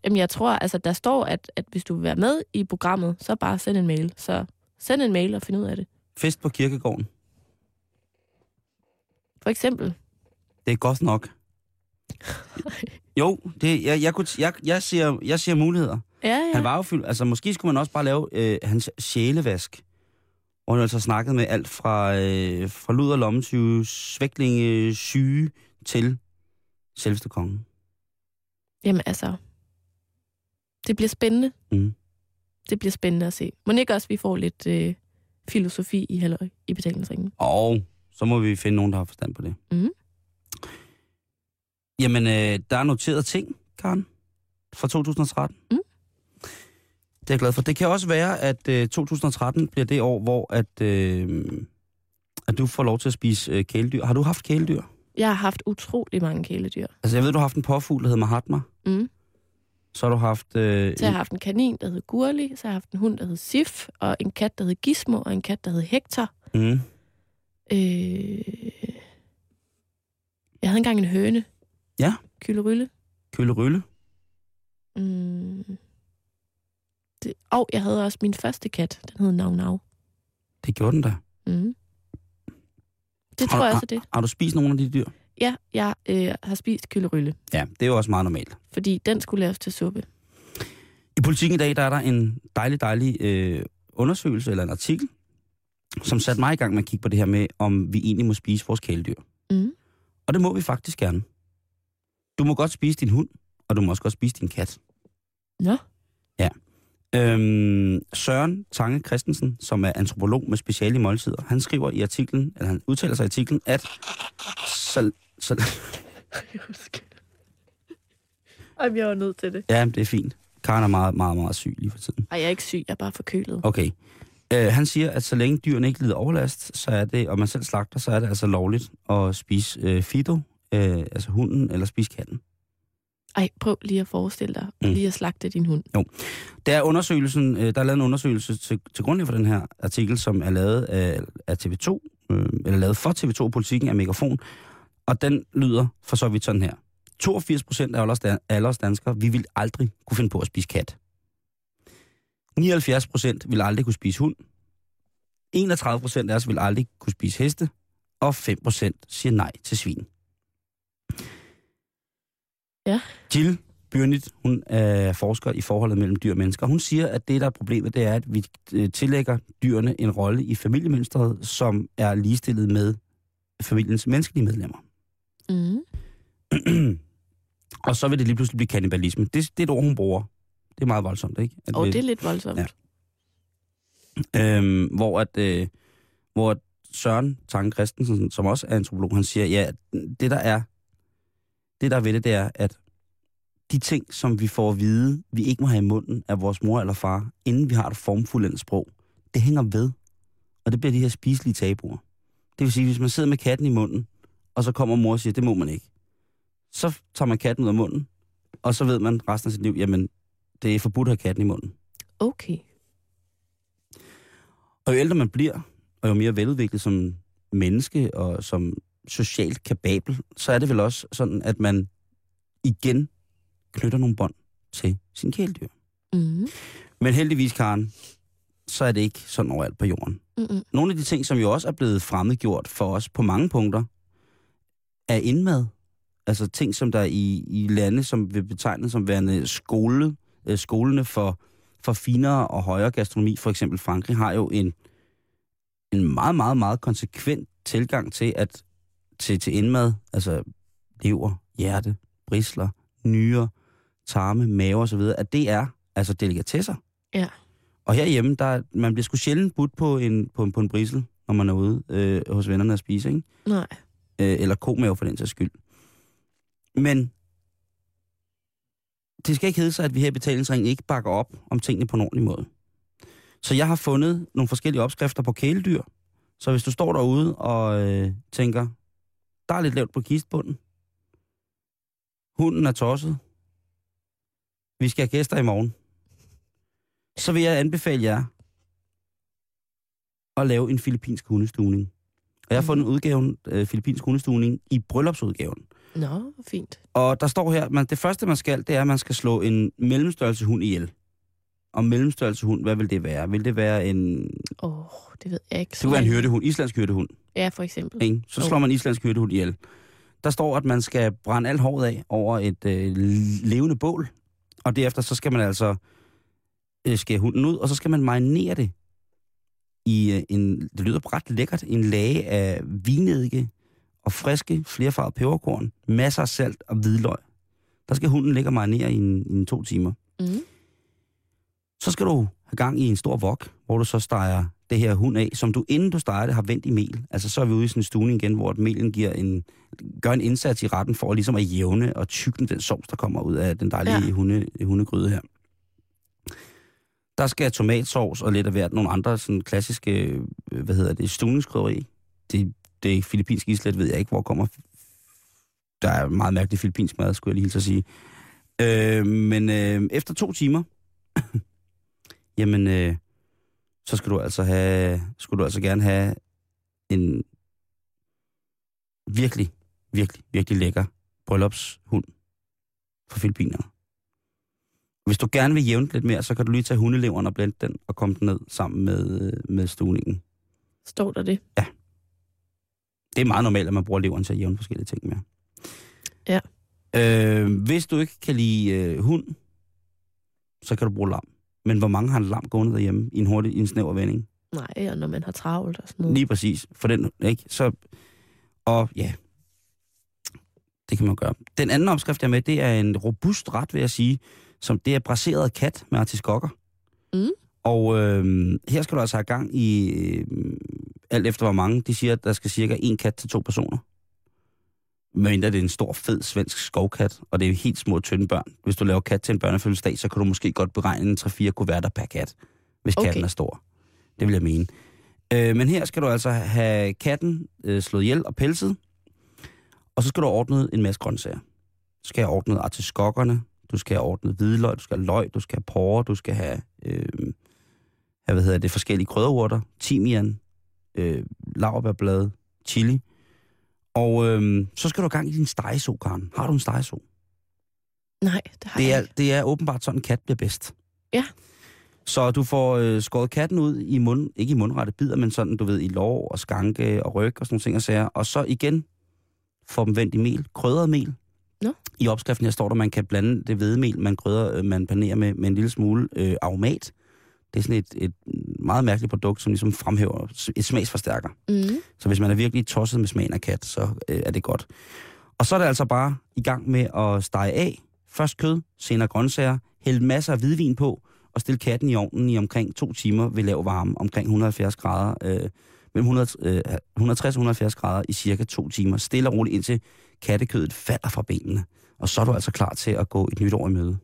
S3: Jamen, jeg tror, altså, der står, at, at hvis du vil være med i programmet, så bare send en mail. Så send en mail og find ud af det.
S2: Fest på kirkegården.
S3: For eksempel,
S2: Det er godt nok. jo, det, jeg, jeg, kunne, t- jeg, jeg, ser, jeg ser muligheder.
S3: ja, ja.
S2: Han var jo fyldt, altså måske skulle man også bare lave øh, hans sjælevask. Hvor han altså snakkede med alt fra, øh, fra luder, lommetyve, svæklinge, syge til selveste kongen.
S3: Jamen altså, det bliver spændende.
S2: Mm.
S3: Det bliver spændende at se. Må ikke også, vi får lidt øh, filosofi i halløj i betalingsringen?
S2: Og så må vi finde nogen, der har forstand på det.
S3: Mhm.
S2: Jamen, øh, der er noteret ting, Karen, fra 2013.
S3: Mhm.
S2: Det er jeg glad for. Det kan også være, at øh, 2013 bliver det år, hvor at, øh, at du får lov til at spise øh, kæledyr. Har du haft kæledyr?
S3: Jeg har haft utrolig mange kæledyr.
S2: Altså, jeg ved, du har haft en påfugl, der hedder Mahatma.
S3: Mm.
S2: Så har du haft... Øh,
S3: Så jeg har haft en kanin, der hed Gurli, så har jeg haft en hund, der hed Sif, og en kat, der hed Gizmo, og en kat, der hed Hector.
S2: en- mm,
S3: Øh... Jeg havde engang en høne.
S2: Ja.
S3: Kylerylle.
S2: kølerylle.
S3: Mm. Det... Og jeg havde også min første kat, den hed Nav Nav.
S2: Det gjorde den da.
S3: Mm. Det
S2: Har
S3: tror
S2: du-
S3: jeg også er det.
S2: Har du spist nogle af de dyr?
S3: Ja, jeg øh, har spist kylerylle,
S2: Ja, det er jo også meget normalt.
S3: fordi den skulle laves til suppe.
S2: I politikken i dag, der er der en dejlig, dejlig øh, undersøgelse eller en artikel, som satte mig i gang med at kigge på det her med, om vi egentlig må spise vores kæledyr.
S3: Mm.
S2: Og det må vi faktisk gerne. Du må godt spise din hund, og du må også godt spise din kat.
S3: Nå.
S2: Ja. Øhm, Søren Tange Christensen, som er antropolog med speciale i måltider, han skriver i artiklen, eller han udtaler sig i artiklen, at så, så,
S3: Ej, jeg var nødt til det.
S2: ja, det er fint. Karen er meget, meget, meget syg lige for tiden.
S3: Ej, jeg er ikke syg, jeg er bare forkølet.
S2: Okay. Øh, han siger, at så længe dyrene ikke lider overlast, så er det, og man selv slagter, så er det altså lovligt at spise øh, Fido, øh, altså hunden, eller spise katten.
S3: Ej, prøv lige at forestille dig,
S2: Mm.
S3: mm. lige at slagte din hund.
S2: Der er, undersøgelsen, øh, der er lavet en undersøgelse til, til grundlag for den her artikel, som er lavet af, af TV2, øh, eller lavet for TV2 og Politikken af Megafon, og den lyder for så vidt sådan her. 82 procent af alle os dan- alle os danskere, vi vil aldrig kunne finde på at spise kat. 79 procent vil aldrig kunne spise hund. 31 procent af os vil aldrig kunne spise heste. Og 5 procent siger nej til svin.
S3: Ja.
S2: Jill Byrnit, hun er forsker i forholdet mellem dyr og mennesker. Hun siger, at det, der er problemet, det er, at vi øh, tillægger dyrene en rolle i familiemønstret, som er ligestillet med familiens menneskelige medlemmer.
S3: Mm.
S2: og så vil det lige pludselig blive kannibalisme. Det, det er et ord, hun bruger. Det er meget voldsomt, ikke? At
S3: Og
S2: vi-
S3: det er lidt voldsomt.
S2: Ja.
S3: Ja.
S2: Øhm, hvor at, øh, hvor at Søren Tange Christensen, som også er antropolog, han siger, ja, det der er, det der er ved det, det er, at de ting, som vi får at vide, vi ikke må have i munden af vores mor eller far, inden vi har et formfuldendt sprog, det hænger ved. Og det bliver de her spiselige tabuer. Det vil sige, hvis man sidder med katten i munden, og så kommer mor og siger, det må man ikke. Så tager man katten ud af munden, og så ved man resten af sit liv, jamen, det er forbudt at have katten i munden.
S3: Okay.
S2: Og jo ældre man bliver, og jo mere veludviklet som menneske og som socialt kapabel, så er det vel også sådan, at man igen knytter nogle bånd til sin kæledyr.
S3: Mm.
S2: Men heldigvis, Karen, så er det ikke sådan overalt på jorden.
S3: Mm-mm.
S2: Nogle af de ting, som jo også er blevet fremmedgjort for os på mange punkter, er indmad. Altså ting, som der i, i lande, som vil betegnes som værende skole, øh, skolene for, for finere og højere gastronomi, for eksempel Frankrig, har jo en, en meget, meget, meget konsekvent tilgang til, at, til, til indmad, altså lever, hjerte, brisler, nyre, tarme, mave osv., at det er altså delikatesser.
S3: Ja.
S2: Og herhjemme, der, man bliver sgu sjældent budt på en, på en, på en brisel, når man er ude øh, hos vennerne at spise, ikke?
S3: Nej.
S2: øh, eller komave for den sags skyld. Men det skal ikke hedde sig, at vi her i betalingsringen ikke bakker op om tingene på en ordentlig måde. Så jeg har fundet nogle forskellige opskrifter på kæledyr. Så hvis du står derude og øh, tænker, der er lidt lavt på kistbunden, hunden er tosset, vi skal have gæster i morgen, så vil jeg anbefale jer at lave en filippinsk hundestuning. Og jeg har fundet udgaven, øh, filippinsk hundestuning, i bryllupsudgaven.
S3: Nå, hvor fint.
S2: Og der står her, man, det første man skal, det er, at man skal slå en mellemstørrelse hund ihjel. Og mellemstørrelse hund, hvad vil det være? Vil det være en...
S3: Åh, oh, det ved jeg ikke.
S2: Det kunne være en hyrdehund, islandsk hyrdehund.
S3: Ja, for eksempel.
S2: Ikke? Så
S3: Jo.
S2: slår man islandsk hyrdehund ihjel. Der står, at man skal brænde alt håret af over et øh, levende bål, og derefter så skal man altså øh, skære hunden ud, og så skal man marinere det i øh, en, det lyder ret lækkert, en lage af vinedike og friske, flerfarvede peberkorn, masser af salt og hvidløg. Der skal hunden ligge og marinere i, en, i en to timer.
S3: Mm.
S2: Så skal du have gang i en stor wok, hvor du så steger det her hund af, som du inden du steger det, har vendt i mel. Altså så er vi ude i sådan en stuvning igen, hvor at melen giver en, gør en indsats i retten for ligesom at jævne og tykne den sovs, der kommer ud af den dejlige
S3: Ja.
S2: ja. hunde, hundegryde her. Der skal tomatsovs og lidt af hvert nogle andre sådan klassiske, øh, hvad hedder det, stuvningskrydderi. Det, det filippinske islet ved jeg ikke, hvor kommer. Der er meget mærkelig filippinsk mad, skulle jeg lige hilse at sige. Øh, men øh, efter to timer, jamen, øh, så skal du altså have, skulle du altså gerne have en virkelig, virkelig, virkelig lækker bryllupshund fra Filippinerne. Hvis du gerne vil jævne lidt mere, så kan du lige tage hundeleveren og blende den og komme den ned sammen med, øh, med stuningen.
S3: Står der det?
S2: Det er meget normalt, at man bruger leveren til at jævne forskellige ting med.
S3: Ja.
S2: Øh, hvis du ikke kan lide øh, hund, så kan du bruge lam. Men hvor mange har en lam gående derhjemme i en hurtig, i en snæver vending?
S3: Nej, og når man har travlt og sådan noget.
S2: Lige præcis. For den, ikke? Så, og ja, det kan man gøre. Den anden opskrift, jeg er med, det er en robust ret, vil jeg sige, som det er braseret kat med artiskokker.
S3: Mm.
S2: Og øh, her skal du altså have gang i, øh, alt efter hvor mange, de siger, at der skal cirka en kat til to personer. Men det er en stor, fed svensk skovkat, og det er helt små, tynde børn. Hvis du laver kat til en børnefødselsdag, så kan du måske godt beregne en 3-4 kuverter per kat, hvis
S3: Okay.
S2: okay. katten er stor. Det vil jeg mene. Øh, men her skal du altså have katten øh, slået ihjel og pelset, og så skal du have ordnet en masse grøntsager. Du skal have ordnet artiskokkerne, du skal have ordnet hvidløg, du skal have løg, du skal have porre, du skal have, øh, have hvad hedder det, forskellige krydderurter, timian, øh, laurbærblad, chili. Og øh, så skal du have gang i din stegeso, Karen. Har du en stegeso?
S3: Nej, det har
S2: Det
S3: jeg
S2: er,
S3: ikke.
S2: det er åbenbart sådan, kat bliver bedst.
S3: Ja.
S2: Så du får øh, skåret katten ud i mund, ikke i mundrette bidder, men sådan, du ved, i lår og skanke og ryg og sådan nogle ting og sager. Og så igen får dem vendt i mel, krydret mel.
S3: Nå.
S2: I opskriften her står der, at man kan blande det hvedemel, man krydder, øh, man panerer med, med en lille smule øh, aromat. Det er sådan et, et meget mærkeligt produkt, som ligesom fremhæver s- et smagsforstærker.
S3: Mm.
S2: Så hvis man er virkelig tosset med smagen af kat, så øh, er det godt. Og så er det altså bare i gang med at stege af. Først kød, senere grøntsager, hælde masser af hvidvin på, og stille katten i ovnen i omkring to timer ved lav varme, omkring 170 grader, øh, mellem 100, øh, 160-170 grader i cirka to timer, stille og roligt indtil kattekødet falder fra benene. Og så er du altså klar til at gå et nyt år i møde.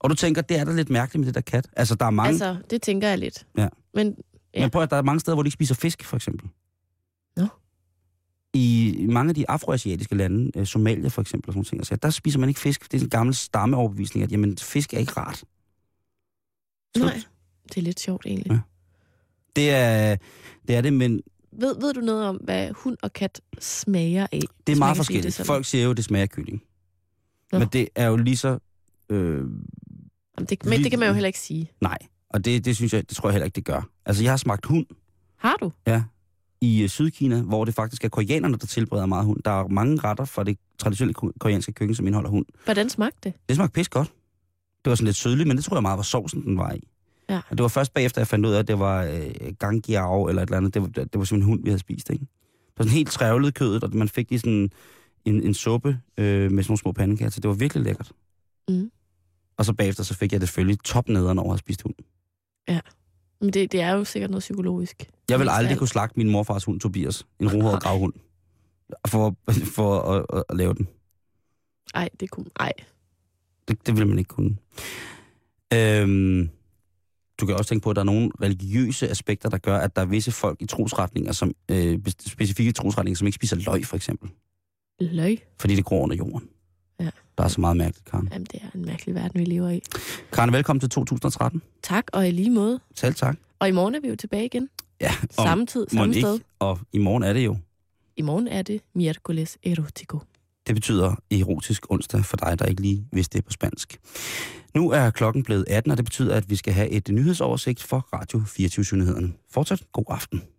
S2: Og du tænker, det er da lidt mærkeligt med det der kat. Altså, der er mange, altså,
S3: Altså, det tænker jeg lidt.
S2: Ja.
S3: Men
S2: ja. men prøv at, der er mange steder, hvor de ikke spiser fisk, for eksempel.
S3: Nå.
S2: i i mange af de afroasiatiske lande, øh, Somalia for eksempel, og sådan nogle ting, altså, der spiser man ikke fisk. Det er sådan en gammel stammeoverbevisning, at jamen, fisk er ikke rart. Slut.
S3: nej, det er lidt sjovt egentlig.
S2: Ja. Det er, det er det, men
S3: Ved, ved du noget om, hvad hund og kat smager af?
S2: det er
S3: Hvis man
S2: meget
S3: kan sige det
S2: forskelligt.
S3: sådan.
S2: Folk siger jo, at det smager af kylling.
S3: Nå.
S2: Men det er jo lige så... Øh,
S3: Jamen, det, men det kan man jo heller ikke sige.
S2: nej, og det, det, synes jeg, det tror jeg heller ikke, det gør. Altså, jeg har smagt hund
S3: Har du?
S2: ja, i øh, Sydkina, hvor det faktisk er koreanerne, der tilbereder meget hund. Der er mange retter fra det traditionelle ko- koreanske køkken, som indeholder hund.
S3: Hvordan smagte det?
S2: Det smagte pis godt. Det var sådan lidt sødligt, men det tror jeg meget var sovsen, den var i.
S3: Ja.
S2: Og det var først bagefter, jeg fandt ud af, at det var øh, gangiao eller et eller andet. Det var, det var simpelthen hund, vi havde spist, ikke? Det var sådan helt trævlet kødet, og man fik lige sådan en, en suppe øh, med sådan nogle små pandekager, så det var virkelig lækkert.
S3: Mm.
S2: Og så bagefter, så fik jeg det selvfølgelig topnederen over at have spist hund.
S3: Men det, det er jo sikkert noget psykologisk.
S2: Jeg vil
S3: Mest af
S2: aldrig
S3: alt.
S2: kunne slagte min morfars hund, Tobias, en rohåret gravhund, for, for at, at, at lave den.
S3: Ej, det kunne... Ej.
S2: Det, det vil man ikke kunne. Øhm, du kan også tænke på, at der er nogle religiøse aspekter, der gør, at der er visse folk i trosretninger, som, øh, bes- specifikke trosretninger, som ikke spiser løg, for eksempel.
S3: Løg.
S2: Fordi det gror under jorden.
S3: Ja.
S2: Der er så meget mærkeligt, Karen.
S3: Jamen, det er en mærkelig verden, vi lever i.
S2: Karen, velkommen til 2013.
S3: Tak, og i lige måde.
S2: Selv tak.
S3: Og i morgen er vi jo tilbage igen.
S2: Ja, og
S3: Samme tid,
S2: mon
S3: samme sted.
S2: ikke, og i morgen er det jo.
S3: I morgen er det Miércoles Erotico.
S2: Det betyder erotisk onsdag for dig, der ikke lige vidste det på spansk. Nu er klokken blevet 18, og det betyder, at vi skal have et nyhedsoversigt for Radio 24 Nyhederne. Fortsat god aften.